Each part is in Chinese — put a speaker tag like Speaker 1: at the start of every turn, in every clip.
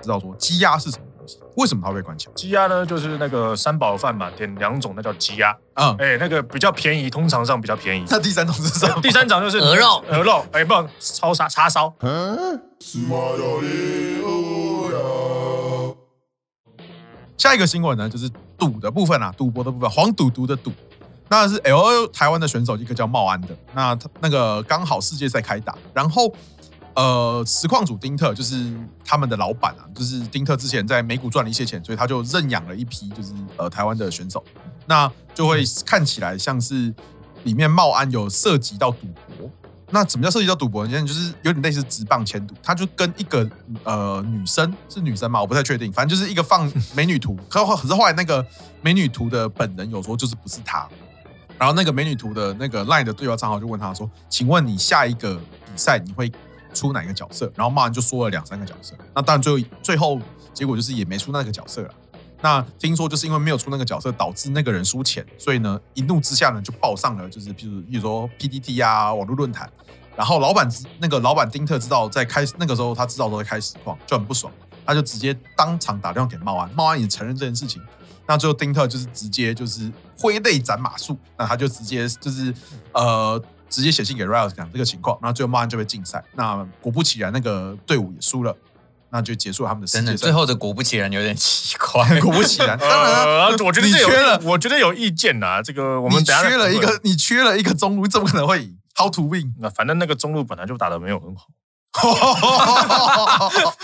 Speaker 1: 知道说鸡鸭是什么东西，为什么它会被关起来？
Speaker 2: 鸡鸭呢，就是那个三宝饭嘛，点两种，那叫鸡鸭。
Speaker 1: 嗯，
Speaker 2: 哎、那个比较便宜，通常上比较便宜。
Speaker 1: 那第三种是什么？
Speaker 2: 第三种就是
Speaker 3: 鹅肉
Speaker 2: 鹅肉，哎、不，烧杀叉烧。
Speaker 1: 下一个新闻呢，就是赌的部分啊，赌博的部分，黄赌毒的赌。那是哎 L O 台湾的选手，一个叫茂安的，那他那个刚好世界赛开打，然后呃，实况主丁特就是他们的老板啊，就是丁特之前在美股赚了一些钱，所以他就认养了一批就是呃台湾的选手，那就会看起来像是里面茂安有涉及到赌博。那什么叫涉及到赌博？呢？就是有点类似直棒牵赌，他就跟一个呃女生是女生嘛，我不太确定，反正就是一个放美女图， 可后可是后来那个美女图的本人有说就是不是他，然后那个美女图的那个 LINE 的对话账号就问他说：“请问你下一个比赛你会出哪个角色？”然后骂人就说了两三个角色，那当然最后最后结果就是也没出那个角色了。那听说就是因为没有出那个角色，导致那个人输钱，所以呢一怒之下呢就报上了，就是譬如譬如说 PDT 啊网络论坛，然后老板知那个老板丁特知道在开那个时候他知道都在开实况，就很不爽，他就直接当场打电话给茂安，茂安也承认这件事情。那最后丁特就是直接就是挥泪斩马谡，那他就直接就是呃直接写信给 Riles 讲这个情况，那最后茂安就被禁赛。那果不其然，那个队伍也输了，那就结束了他们的世
Speaker 3: 真的，
Speaker 1: 界
Speaker 3: 最
Speaker 1: 赛。
Speaker 3: 后的果不其然有点奇 怪。
Speaker 1: 果不其然， 当然啊、
Speaker 2: 呃，我觉得
Speaker 1: 你
Speaker 2: 这有
Speaker 1: 缺了，
Speaker 2: 我觉得有意见呐、这个我
Speaker 1: 你
Speaker 2: 们等下再
Speaker 1: 缺了一
Speaker 2: 讨论
Speaker 1: 个，，你缺了一个中路，你怎么可能会赢？How to win？
Speaker 2: 那反正那个中路本来就打的没有很好，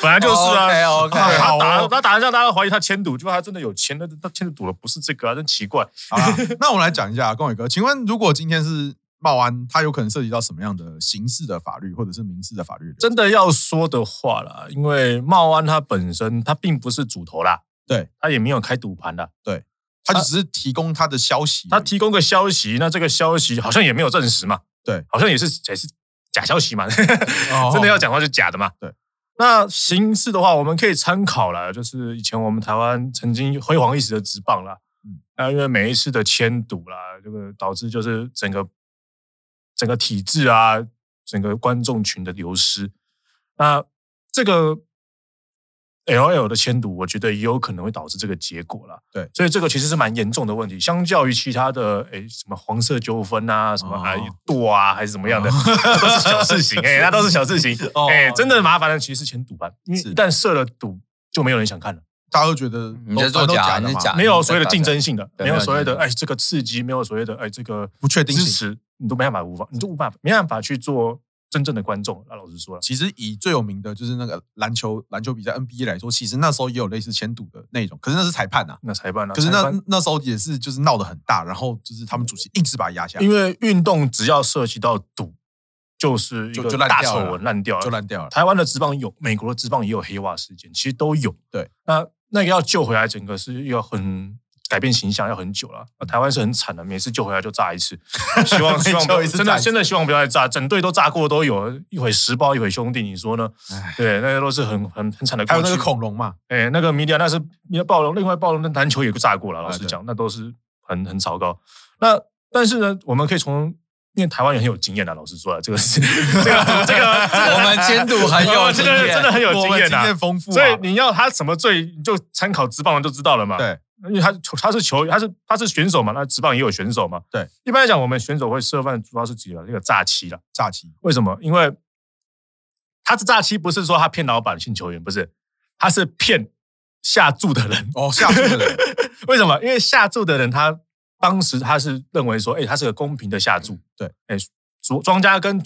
Speaker 2: 本来就是啊。
Speaker 3: OK OK，
Speaker 2: 对
Speaker 1: 好
Speaker 2: 他
Speaker 1: 哦
Speaker 2: 打他打得让大家怀疑他签赌，结果他真的有签，但是他签的赌的不是这个啊，真奇怪。
Speaker 1: 好啦，那我们来讲一下，光啊伟哥，请问如果今天是茂安，他有可能涉及到什么样的刑事的法律或者是民事的法律流程？
Speaker 2: 真的要说的话啦，因为茂安他本身他并不是主头啦，
Speaker 1: 对，
Speaker 2: 他也没有开赌盘啦，
Speaker 1: 他就只是提供他的消息，
Speaker 2: 他提供个消息，那这个消息好像也没有证实嘛，
Speaker 1: 对，
Speaker 2: 好像也是也是假消息嘛，
Speaker 1: 哦
Speaker 2: 真的要讲话是假的嘛，
Speaker 1: 对。
Speaker 2: 那刑事的话，我们可以参考了，就是以前我们台湾曾经辉煌一时的职棒啦，
Speaker 1: 嗯
Speaker 2: 嗯，那因为每一次的迁赌啦，这个导致就是整个整个体制啊，整个观众群的流失。那这个 L L 的迁赌，我觉得也有可能会导致这个结果啦。
Speaker 1: 对
Speaker 2: 所以这个其实是蛮严重的问题。相较于其他的，哎，什么黄色纠纷啊，什么
Speaker 1: 哦
Speaker 2: 哎剁啊，还是怎么样的，
Speaker 1: 哦
Speaker 2: 都是小事情。哎，那都是小事情。
Speaker 1: 哦
Speaker 2: 哎，真的麻烦的其实是迁赌吧，因为
Speaker 1: 是
Speaker 2: 一旦设了赌，就没有人想看了，
Speaker 1: 大家都觉得
Speaker 3: 你在
Speaker 1: 都
Speaker 3: 作
Speaker 1: 都
Speaker 3: 假
Speaker 1: 假的
Speaker 3: 你
Speaker 1: 嘛
Speaker 3: 假啊
Speaker 2: 没有所谓的竞争性的，
Speaker 3: 对
Speaker 2: 没有所谓
Speaker 3: 没有竞
Speaker 2: 的
Speaker 3: 争
Speaker 2: 哎这个刺激，没有所谓的哎这个
Speaker 1: 不确定性
Speaker 2: 支持，你都没办法无法，你就无办法没办法去做真正的观众。那老实说了，
Speaker 1: 其实以最有名的就是那个篮球篮球比赛 NBA 来说，其实那时候也有类似迁赌的内容，可是那是裁判啊，
Speaker 2: 那裁判呢？
Speaker 1: 可是
Speaker 2: 裁
Speaker 1: 那
Speaker 2: 判
Speaker 1: 那时候也是就是闹得很大，然后就是他们主席硬是把他压下来，
Speaker 2: 因为运动只要涉及到赌，就是一
Speaker 1: 就就
Speaker 2: 个
Speaker 1: 烂
Speaker 2: 大
Speaker 1: 掉
Speaker 2: 丑
Speaker 1: 了
Speaker 2: 闻烂掉了。
Speaker 1: 就烂掉了。
Speaker 2: 台湾的职棒有，美国的职棒也有黑袜事件，其实都有。
Speaker 1: 对，
Speaker 2: 那那个要救回来，整个是要很改变形象，要很久了。
Speaker 1: 嗯
Speaker 2: 那台湾是很惨的，每次救回来就炸 一次，希望希望不
Speaker 1: 救
Speaker 2: 要
Speaker 1: 一次
Speaker 2: 真
Speaker 1: 炸
Speaker 2: 的
Speaker 1: 一次
Speaker 2: 真的希望不要再炸，整队都炸过都有，一会十包，一会兄弟，你说呢
Speaker 1: 唉？
Speaker 2: 对，那些都是很很很惨的。
Speaker 1: 还有那个，恐龙嘛，
Speaker 2: 哎，那个米利亚那是米亚暴龙，另外暴龙的篮球也炸过了，老
Speaker 1: 啊
Speaker 2: 实
Speaker 1: 对
Speaker 2: 讲，那都是很很糟糕。那但是呢，我们可以从。因为台湾也很有经验的、老实说啊，这个 是这个这个这个
Speaker 3: 我们监督很
Speaker 2: 哦
Speaker 3: 有
Speaker 2: 这
Speaker 3: 经
Speaker 2: 个人真的
Speaker 3: 验，
Speaker 2: 很有
Speaker 1: 我
Speaker 2: 经
Speaker 1: 们
Speaker 2: 验
Speaker 1: 经
Speaker 2: 呐、
Speaker 1: 验丰富啊，
Speaker 2: 所以你要他什么罪，你就参考职棒人就知道了嘛。，
Speaker 1: 对
Speaker 2: 因为他他是球，他是他是选手嘛，那职棒也有选手嘛。
Speaker 1: 对，
Speaker 2: 一般来讲，我们选手会涉犯主要是几个，那个诈欺了。
Speaker 1: 诈欺
Speaker 2: 为什么？因为他是诈欺，不是说他骗老板骗球员，不是，他是骗下注的人。
Speaker 1: 哦，下注 的人
Speaker 2: 为什么？因为下注的人他当时他是认为说，哎、他是个公平的下注，
Speaker 1: 嗯对，
Speaker 2: 哎、庄庄家跟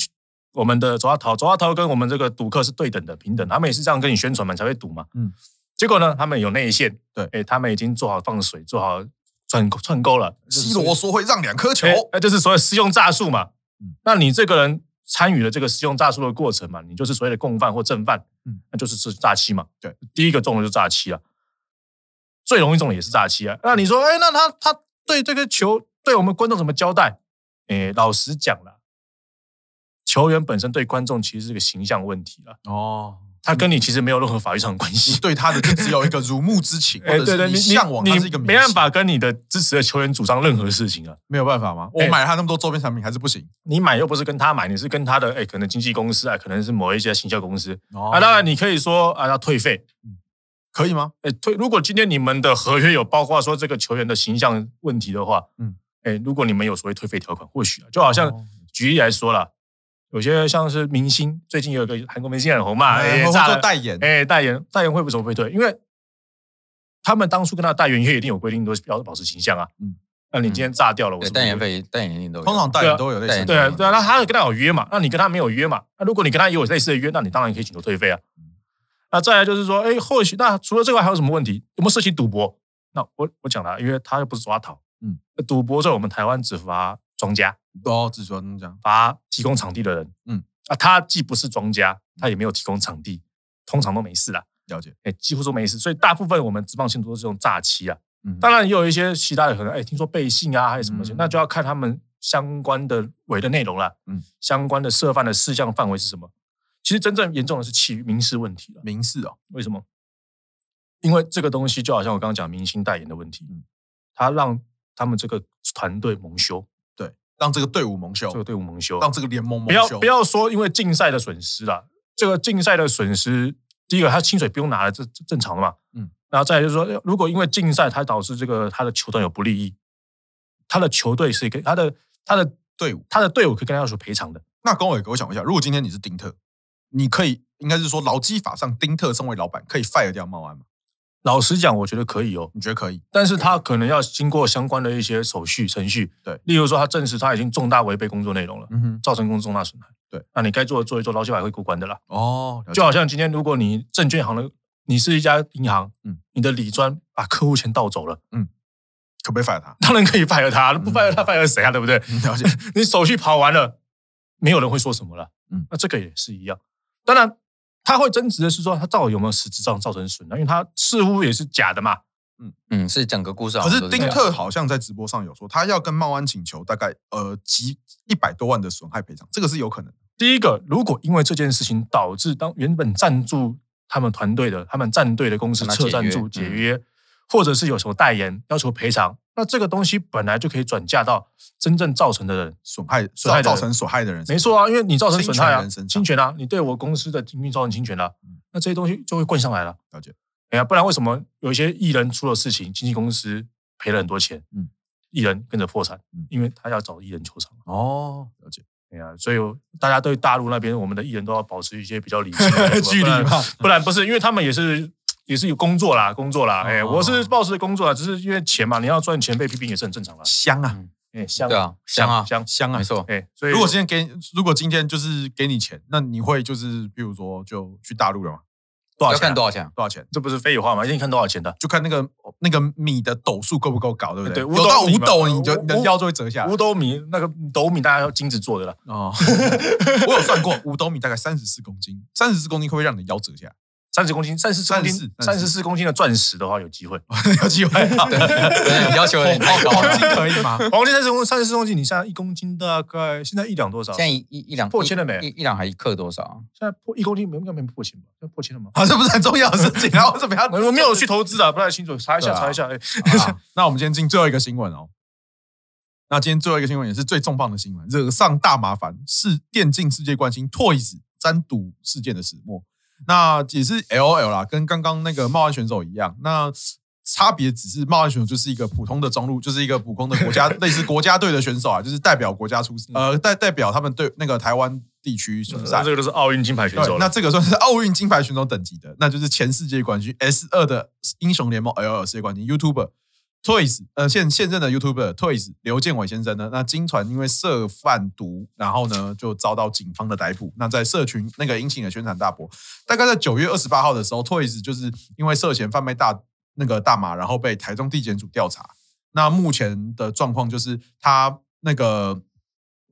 Speaker 2: 我们的左阿桃，左阿桃跟我们这个赌客是对等的、平等的，他们也是这样跟你宣传嘛，才会赌嘛，
Speaker 1: 嗯
Speaker 2: 嗯。结果呢，他们有内线，
Speaker 1: 对
Speaker 2: 哎、他们已经做好放水，做好串串钩了，
Speaker 1: ，C 罗说会让两颗球
Speaker 2: 哎，，那就是所谓施用诈术嘛。
Speaker 1: 哦嗯
Speaker 2: 那你这个人参与了这个施用诈术的过程嘛，你就是所谓的共犯或正犯，
Speaker 1: 嗯
Speaker 2: 那就是是诈欺嘛。
Speaker 1: 对，
Speaker 2: 第一个中的就是诈欺啊，最容易中的也是诈欺啊。那你说，哎，那他他对这个球，对我们观众怎么交代？哎，老实讲了，球员本身对观众其实是个形象问题了，
Speaker 1: 哦，
Speaker 2: 他跟你其实没有任何法律上的关
Speaker 1: 你
Speaker 2: 系。
Speaker 1: 对他的就只有一个如沐之嗯情，或
Speaker 2: 哎，
Speaker 1: 者
Speaker 2: 对对，
Speaker 1: 是
Speaker 2: 你你
Speaker 1: 向往他是一个
Speaker 2: 你
Speaker 1: 明
Speaker 2: 没
Speaker 1: 星
Speaker 2: 办法，跟你的支持的球员主张任何事情啊。
Speaker 1: 没有办法吗？我
Speaker 2: 哎
Speaker 1: 买了他那么多周边产品还是不行
Speaker 2: 你买又不是跟他买，你是跟他的哎、可能经纪公司啊，可能是某一些行销公司。
Speaker 1: 哦
Speaker 2: 啊，当然你可以说啊，要退费
Speaker 1: 嗯，可以吗？
Speaker 2: 哎，退。如果今天你们的合约有包括说这个球员的形象问题的话，
Speaker 1: 嗯
Speaker 2: 嗯，哎，如果你们有所谓退费条款，或许啊，就好像
Speaker 1: 哦
Speaker 2: 举例来说啦，有些像是明星，最近有一个韩国明星很红嘛，哎，
Speaker 1: 会
Speaker 2: 炸
Speaker 1: 做
Speaker 2: 了，
Speaker 1: 代言，
Speaker 2: 哎，代言代言会为什么被退？因为他们当初跟他的代言约一定有规定，都是要保持形象啊。
Speaker 1: 嗯
Speaker 2: 嗯，那你今天炸掉了，我
Speaker 3: 对，
Speaker 2: 是
Speaker 3: 代言
Speaker 2: 不会。
Speaker 3: 费、代言一定都有
Speaker 1: 通常代
Speaker 2: 对
Speaker 1: 言
Speaker 2: 啊
Speaker 1: 都有类
Speaker 3: 代
Speaker 1: 似
Speaker 3: 言
Speaker 1: 的
Speaker 2: 对
Speaker 1: 东
Speaker 2: 啊，
Speaker 1: 西
Speaker 2: 对啊，那他跟他有约嘛？那你跟他没有约嘛？那如果你跟他也有类似的约，那你当然可以请求退费啊。那再来就是说，哎，或许那除了这个还有什么问题？有没有涉及赌博？那我我讲了啊，因为他又不是抓逃，
Speaker 1: 嗯
Speaker 2: 嗯，赌博在我们台湾只罚庄家，
Speaker 1: 哦，只说这样，
Speaker 2: 罚提供场地的人，
Speaker 1: 嗯
Speaker 2: 嗯，啊，他既不是庄家，他也没有提供场地，通常都没事啦。
Speaker 1: 了解，
Speaker 2: 哎，几乎都没事。所以大部分我们职棒线都是用诈欺啊。
Speaker 1: 嗯，
Speaker 2: 当然也有一些其他的可能，哎，听说背信啊，还有什么
Speaker 1: 嗯
Speaker 2: 的，那就要看他们相关的违的内容了。
Speaker 1: 嗯
Speaker 2: 嗯，相关的涉犯的事项范围是什么？其实真正严重的是起于民事问题了。
Speaker 1: 民事哦，
Speaker 2: 为什么？因为这个东西就好像我刚刚讲明星代言的问题
Speaker 1: 嗯，
Speaker 2: 他让他们这个团队蒙羞，
Speaker 1: 对，让这个队伍蒙羞
Speaker 2: 这，个队伍蒙羞，
Speaker 1: 让这个联盟蒙
Speaker 2: 不要
Speaker 1: 羞，
Speaker 2: 不要说因为竞赛的损失啦，这个竞赛的损失，第一个他薪水不用拿了，这这正常的嘛。
Speaker 1: 嗯
Speaker 2: 嗯，然后再来就是说，如果因为竞赛他导致这个他的球队有不利益，他的球队是一个他的他的
Speaker 1: 队伍。
Speaker 2: 他的队伍可以跟他要求赔偿的。
Speaker 1: 那跟我也给我讲一下，如果今天你是丁特，你可以应该是说劳基法上丁特身为老板可以 fire 掉茂安吗？
Speaker 2: 老实讲，我觉得可以哦，
Speaker 1: 你觉得可以？
Speaker 2: 但是他可能要经过相关的一些手续程序，
Speaker 1: 对
Speaker 2: 例如说他证实他已经重大违背工作内容了，
Speaker 1: 嗯哼，
Speaker 2: 造成公众重大损害，
Speaker 1: 对，
Speaker 2: 那你该做的做一做，劳基法会过关的啦。
Speaker 1: 哦，了解
Speaker 2: 就好像今天，如果你证券行的，你是一家银行，
Speaker 1: 嗯
Speaker 2: 嗯，你的理专把客户钱盗走了，
Speaker 1: 可不可以 fire 他？
Speaker 2: 当然可以 fire 他，不 fire 他 fire 谁啊？对不对？
Speaker 1: 嗯了解，
Speaker 2: 你手续跑完了，没有人会说什么了。
Speaker 1: 嗯
Speaker 2: 嗯，那这个也是一样。当然，他会争执的是说，他到底有没有实质上造成损害，因为他似乎也是假的嘛。
Speaker 3: 嗯，是整个故事好
Speaker 1: 可
Speaker 3: 像
Speaker 1: 是
Speaker 3: 都这
Speaker 1: 丁
Speaker 3: 样。
Speaker 1: 特好像在直播上有说，他要跟茂安请求大概呃几一百多万的损害赔偿，这个是有可能的。
Speaker 2: 第一个，如果因为这件事情导致当原本赞助他们团队的、他们战队的公司
Speaker 3: 跟他
Speaker 2: 撤赞助
Speaker 3: 解
Speaker 2: 解
Speaker 3: 约嗯
Speaker 2: 约，或者是有什么代言要求赔偿，那这个东西本来就可以转嫁到真正造成的人。
Speaker 1: 损害
Speaker 2: 损害的
Speaker 1: 造
Speaker 2: 人
Speaker 1: 成损害的人，
Speaker 2: 没错啊，因为你造成
Speaker 1: 侵
Speaker 2: 损害
Speaker 1: 权
Speaker 2: 啊
Speaker 1: 人身，上嗯
Speaker 2: 侵权啊，你对我公司的经济造成侵权了、那这些东西就会灌上来了。
Speaker 1: 了解。
Speaker 2: 哎呀，不然为什么有一些艺人出了事情，经纪公司赔了很多钱，
Speaker 1: 嗯
Speaker 2: 嗯，艺人跟着破产，
Speaker 1: 嗯
Speaker 2: 因为他要找艺人求偿。啊
Speaker 1: 哦，了解，
Speaker 2: 哎呀，所以大家对大陆那边我们的艺人都要保持一些比较理性的
Speaker 1: 距离
Speaker 2: 不然
Speaker 1: 嘛
Speaker 2: 不然不是因为他们也是也是有工作啦，工作啦。哎，
Speaker 1: 哦
Speaker 2: 我是抱持工作啦，只是因为钱嘛，你要赚钱被批评也是很正常啦。
Speaker 1: 香啊
Speaker 3: 嗯
Speaker 2: 哎，香
Speaker 3: 对啊香啊
Speaker 2: 香，
Speaker 1: 香啊
Speaker 3: 没！错，
Speaker 2: 哎，所以
Speaker 1: 如果今天给你，如果今天就是给你钱，那你会就是，比如说就去大陆了吗？
Speaker 2: 多少
Speaker 3: 要
Speaker 2: 钱
Speaker 3: 看
Speaker 2: 啊？
Speaker 3: 多少钱。
Speaker 1: 多少钱？
Speaker 2: 这不是废话吗？一定看多少钱的。
Speaker 1: 就看那个那个米的斗数够不够高，对不对？
Speaker 2: 对五
Speaker 1: 有到
Speaker 2: 斗
Speaker 1: 五
Speaker 2: 米嘛
Speaker 1: 斗，你就
Speaker 2: 五
Speaker 1: 你的腰就会折下来
Speaker 2: 五。斗米那个斗米，大家要金子做的啦。
Speaker 1: 哦， 我有算过，五斗米大概三十四公斤，三十四公斤会不会让你的腰折下来？
Speaker 2: 三十公斤，三十四公斤，
Speaker 1: 34
Speaker 2: 三十四公斤的钻石的话有机会。
Speaker 1: 有机会吗？
Speaker 3: 对要求有点太高
Speaker 1: 黄
Speaker 3: 了。
Speaker 1: 金可以吗？
Speaker 2: 黄金三十公，三十四公斤，你现在一公斤大概现在一两多少？
Speaker 3: 现在一一一两
Speaker 2: 破千了没
Speaker 3: 一一一两还一克多少啊？
Speaker 2: 现在破一公斤没应该没破千吧？现在破千了吗？
Speaker 1: 啊，这不是很重要的事情，然后怎么样？
Speaker 2: 我没有去投资啊，不太清楚，查一下
Speaker 1: 对啊
Speaker 2: 查一下。哎
Speaker 1: 好那我们今天进最后一个新闻哦。那今天最后一个新闻也是最重磅的新闻，惹上大麻烦是电竞世界冠军 Toys 沾赌事件的始末。那也是 L O L 啦，跟刚刚那个茂安选手一样，那差别只是茂安选手就是一个普通的中路，就是一个普通的国家类似国家队的选手啊，就是代表国家出呃代代表他们队那个台湾地区出赛
Speaker 2: 那。呃这个都是奥运金牌选手
Speaker 1: 啊对，那
Speaker 2: 了。
Speaker 1: 这个算是奥运金牌选手等级的，那就是前世界冠军 S 二的英雄联盟 L 2世界冠军 YouTuber Toys，呃，现现任的 YouTuber Toys 刘建伟先生呢，那经传因为涉贩毒，然后呢就遭到警方的逮捕。那在社群那个引起了宣传大波，大概在九月二十八号的时候，Toys 就是因为涉嫌贩卖大那个大麻，然后被台中地检署调查。那目前的状况就是他那个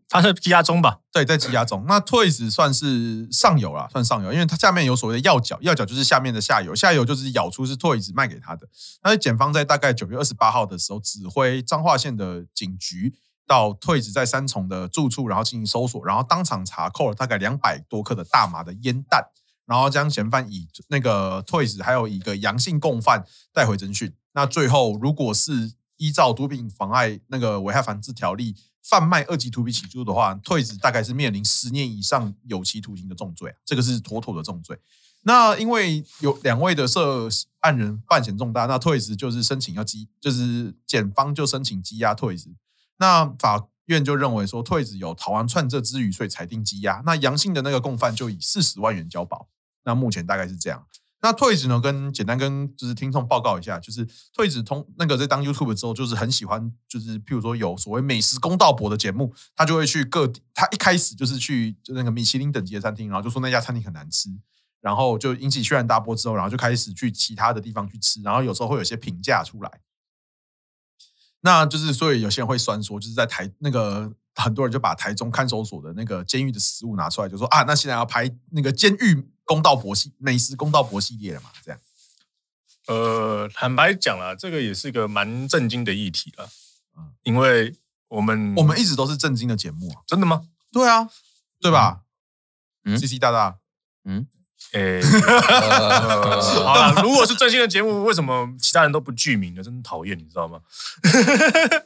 Speaker 2: 他是鸡鸭中吧？
Speaker 1: 对，在积压中。那 Toys 算是上游啦，算上游，因为它下面有所谓的药角，药角就是下面的下游，下游就是咬出是 Toys 卖给他的。那检方在大概九月二十八号的时候，指挥彰化县的警局到 Toys 在三重的住处，然后进行搜索，然后当场查扣了大概两百多克的大麻的烟弹，然后将嫌犯以那个 Toys 还有一个阳性共犯带回侦讯。那最后，如果是依照毒品妨碍那个危害防治条例贩卖二级毒品起诉的话，退子大概是面临十年以上有期徒刑的重罪啊，这个是妥妥的重罪。那因为有两位的涉案人犯嫌重大，那退职就是申请要羁，就是检方就申请羁押退职。那法院就认为说退职有逃亡串这之余，所以裁定羁押。那阳性的那个共犯就以四十万元交保。那目前大概是这样。那退职呢，跟简单跟就是听众报告一下，就是退职通那个在当 YouTube 之后，就是很喜欢，就是譬如说有所谓美食公道博的节目，他就会去各地，他一开始就是去就那个米其林等级的餐厅，然后就说那家餐厅很难吃，然后就引起轩然大波之后，然后就开始去其他的地方去吃，然后有时候会有一些评价出来。那就是，所以有些人会酸说，就是在台那个很多人就把台中看守所的那个监狱的食物拿出来，就说啊，那现在要拍那个监狱公道博系美食公道博系列了嘛？这样，嗯
Speaker 2: 呃，坦白讲啦，这个也是个蛮震惊的议题了
Speaker 1: 嗯，
Speaker 2: 因为我们
Speaker 1: 我们一直都是正经的节目啊，
Speaker 2: 真 的吗？
Speaker 1: 对啊，对吧？嗯
Speaker 3: 嗯
Speaker 1: ，C C 大大，
Speaker 2: 诶、
Speaker 3: 呃
Speaker 2: 哎好啦，如果是最新的节目，为什么其他人都不具名呢？真讨厌，你知道吗？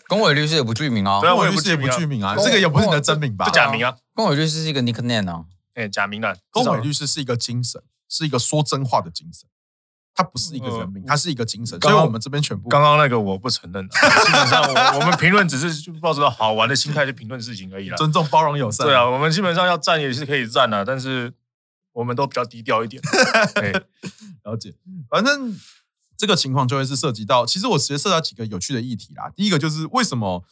Speaker 3: 龚伟律师也不具名啊
Speaker 2: 对，啊，我
Speaker 1: 我
Speaker 2: 也
Speaker 1: 律
Speaker 2: 不
Speaker 1: 师也
Speaker 2: 具
Speaker 1: 不
Speaker 2: 名啊
Speaker 1: 具，名啊，
Speaker 3: 公
Speaker 1: 这个也不是你的真名吧
Speaker 2: 就？假名啊，
Speaker 3: 龚伟律师是一个 nickname 啊，
Speaker 2: 诶、假名啊，
Speaker 1: 公
Speaker 2: 至少
Speaker 1: 委律师是一个精神，是一个说真话的精神，他不是一个人名，
Speaker 2: 嗯
Speaker 1: 他是一个精神，所
Speaker 2: 刚
Speaker 1: 以
Speaker 2: 刚
Speaker 1: 我们这边全部
Speaker 2: 刚刚那个我不承认、啊，基本上我我们评论只是就抱着好玩的心态去评论事情而已啦。
Speaker 1: 尊重、包容、友善。
Speaker 2: 对啊，，我们基本上要站也是可以站啊，但是我们都比较低调一点。哎对，
Speaker 1: 了解。反正这个情况就会是涉及到，其实我直接涉及到几个有趣的议题啦。第一个就是为什么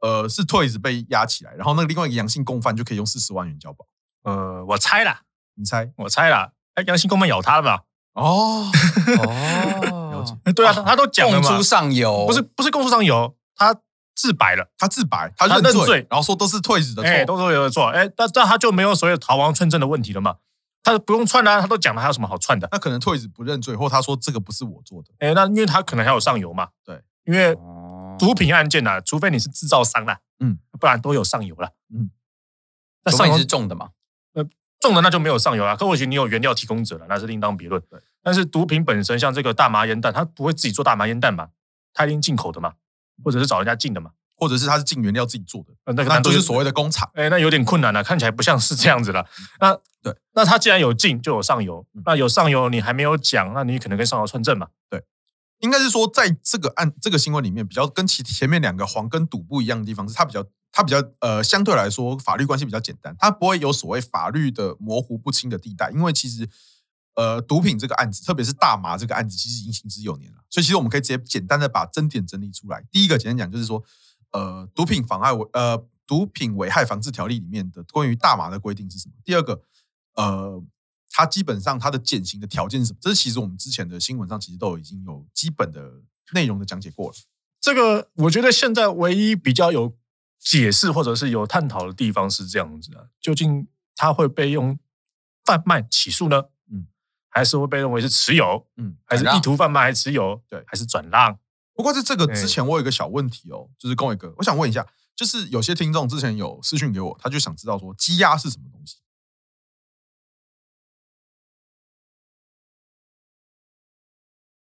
Speaker 1: 呃是 Toys 被压起来，然后那个另外一个阳性共犯就可以用四十万元交保？
Speaker 2: 呃，我猜啦，
Speaker 1: 你猜？
Speaker 2: 我猜啦，哎，杨新公们咬他了吧？
Speaker 1: 哦， 了解
Speaker 3: 哦，
Speaker 2: 对啊，他他都讲了
Speaker 3: 共
Speaker 2: 嘛
Speaker 3: 猪，上游
Speaker 2: 不是不是公诉上有，他自白了，
Speaker 1: 他自白，他认
Speaker 2: 他认罪
Speaker 1: 然后说都是 Toys 的错。
Speaker 2: 哎，都说有错，哎，但但他就没有所谓的逃亡串证的问题了嘛，他不用串啦、啊他都讲了，还有什么好串的？
Speaker 1: 那可能 Toys 不认罪，或他说这个不是我做的。
Speaker 2: 哎，那因为他可能还有上游嘛，
Speaker 1: 对，
Speaker 2: 因为
Speaker 3: 哦
Speaker 2: 毒品案件呐、啊除非你是制造商啦、
Speaker 1: 嗯
Speaker 2: 嗯，不然都有上游啦，
Speaker 1: 嗯
Speaker 2: 嗯，那
Speaker 3: 除
Speaker 2: 上
Speaker 3: 非
Speaker 2: 游
Speaker 3: 你是重的嘛，
Speaker 2: 中了那就没有上游啦。可或许你有原料提供者了，那是另当别论。但是毒品本身，像这个大麻烟弹，它不会自己做大麻烟弹嘛，它一定进口的嘛，或者是找人家进的嘛，
Speaker 1: 或者是他是进原料自己做的，
Speaker 2: 呃那个
Speaker 1: 那
Speaker 2: 难度
Speaker 1: 就是所
Speaker 2: 谓，
Speaker 1: 谓的工厂。
Speaker 2: 哎，那有点困难了、看起来不像是这样子了。那
Speaker 1: 对，
Speaker 2: 那它既然有进，就有上游
Speaker 1: 嗯，
Speaker 2: 那有上游你还没有讲，那你可能跟上游串证嘛。
Speaker 1: 应该是说，在这个案这个新闻里面，比较跟其前面两个黄跟赌不一样的地方是，它比较它比较呃相对来说法律关系比较简单，它不会有所谓法律的模糊不清的地带，因为其实呃毒品这个案子，特别是大麻这个案子，其实已经行之有年了，所以其实我们可以直接简单的把争点整理出来。第一个简单讲就是说，呃，毒品妨害危呃毒品危害防治条例里面的关于大麻的规定是什么？第二个，呃，它基本上它的减刑的条件是什么？这是其实我们之前的新闻上其实都已经有基本的内容的讲解过了。
Speaker 2: 这个我觉得现在唯一比较有解释或者是有探讨的地方是这样子啊，究竟它会被用贩卖起诉呢？
Speaker 1: 嗯
Speaker 2: 嗯，还是会被认为是持有？
Speaker 1: 嗯，
Speaker 2: 还是
Speaker 3: 转让
Speaker 2: 意图贩卖还是持有？
Speaker 1: 对
Speaker 2: 还是转让？
Speaker 1: 不过在这个之
Speaker 2: 对
Speaker 1: 前，我有一个小问题哦，就是龚伟哥，我想问一下，就是有些听众之前有私讯给我，他就想知道说羁押是什么东西。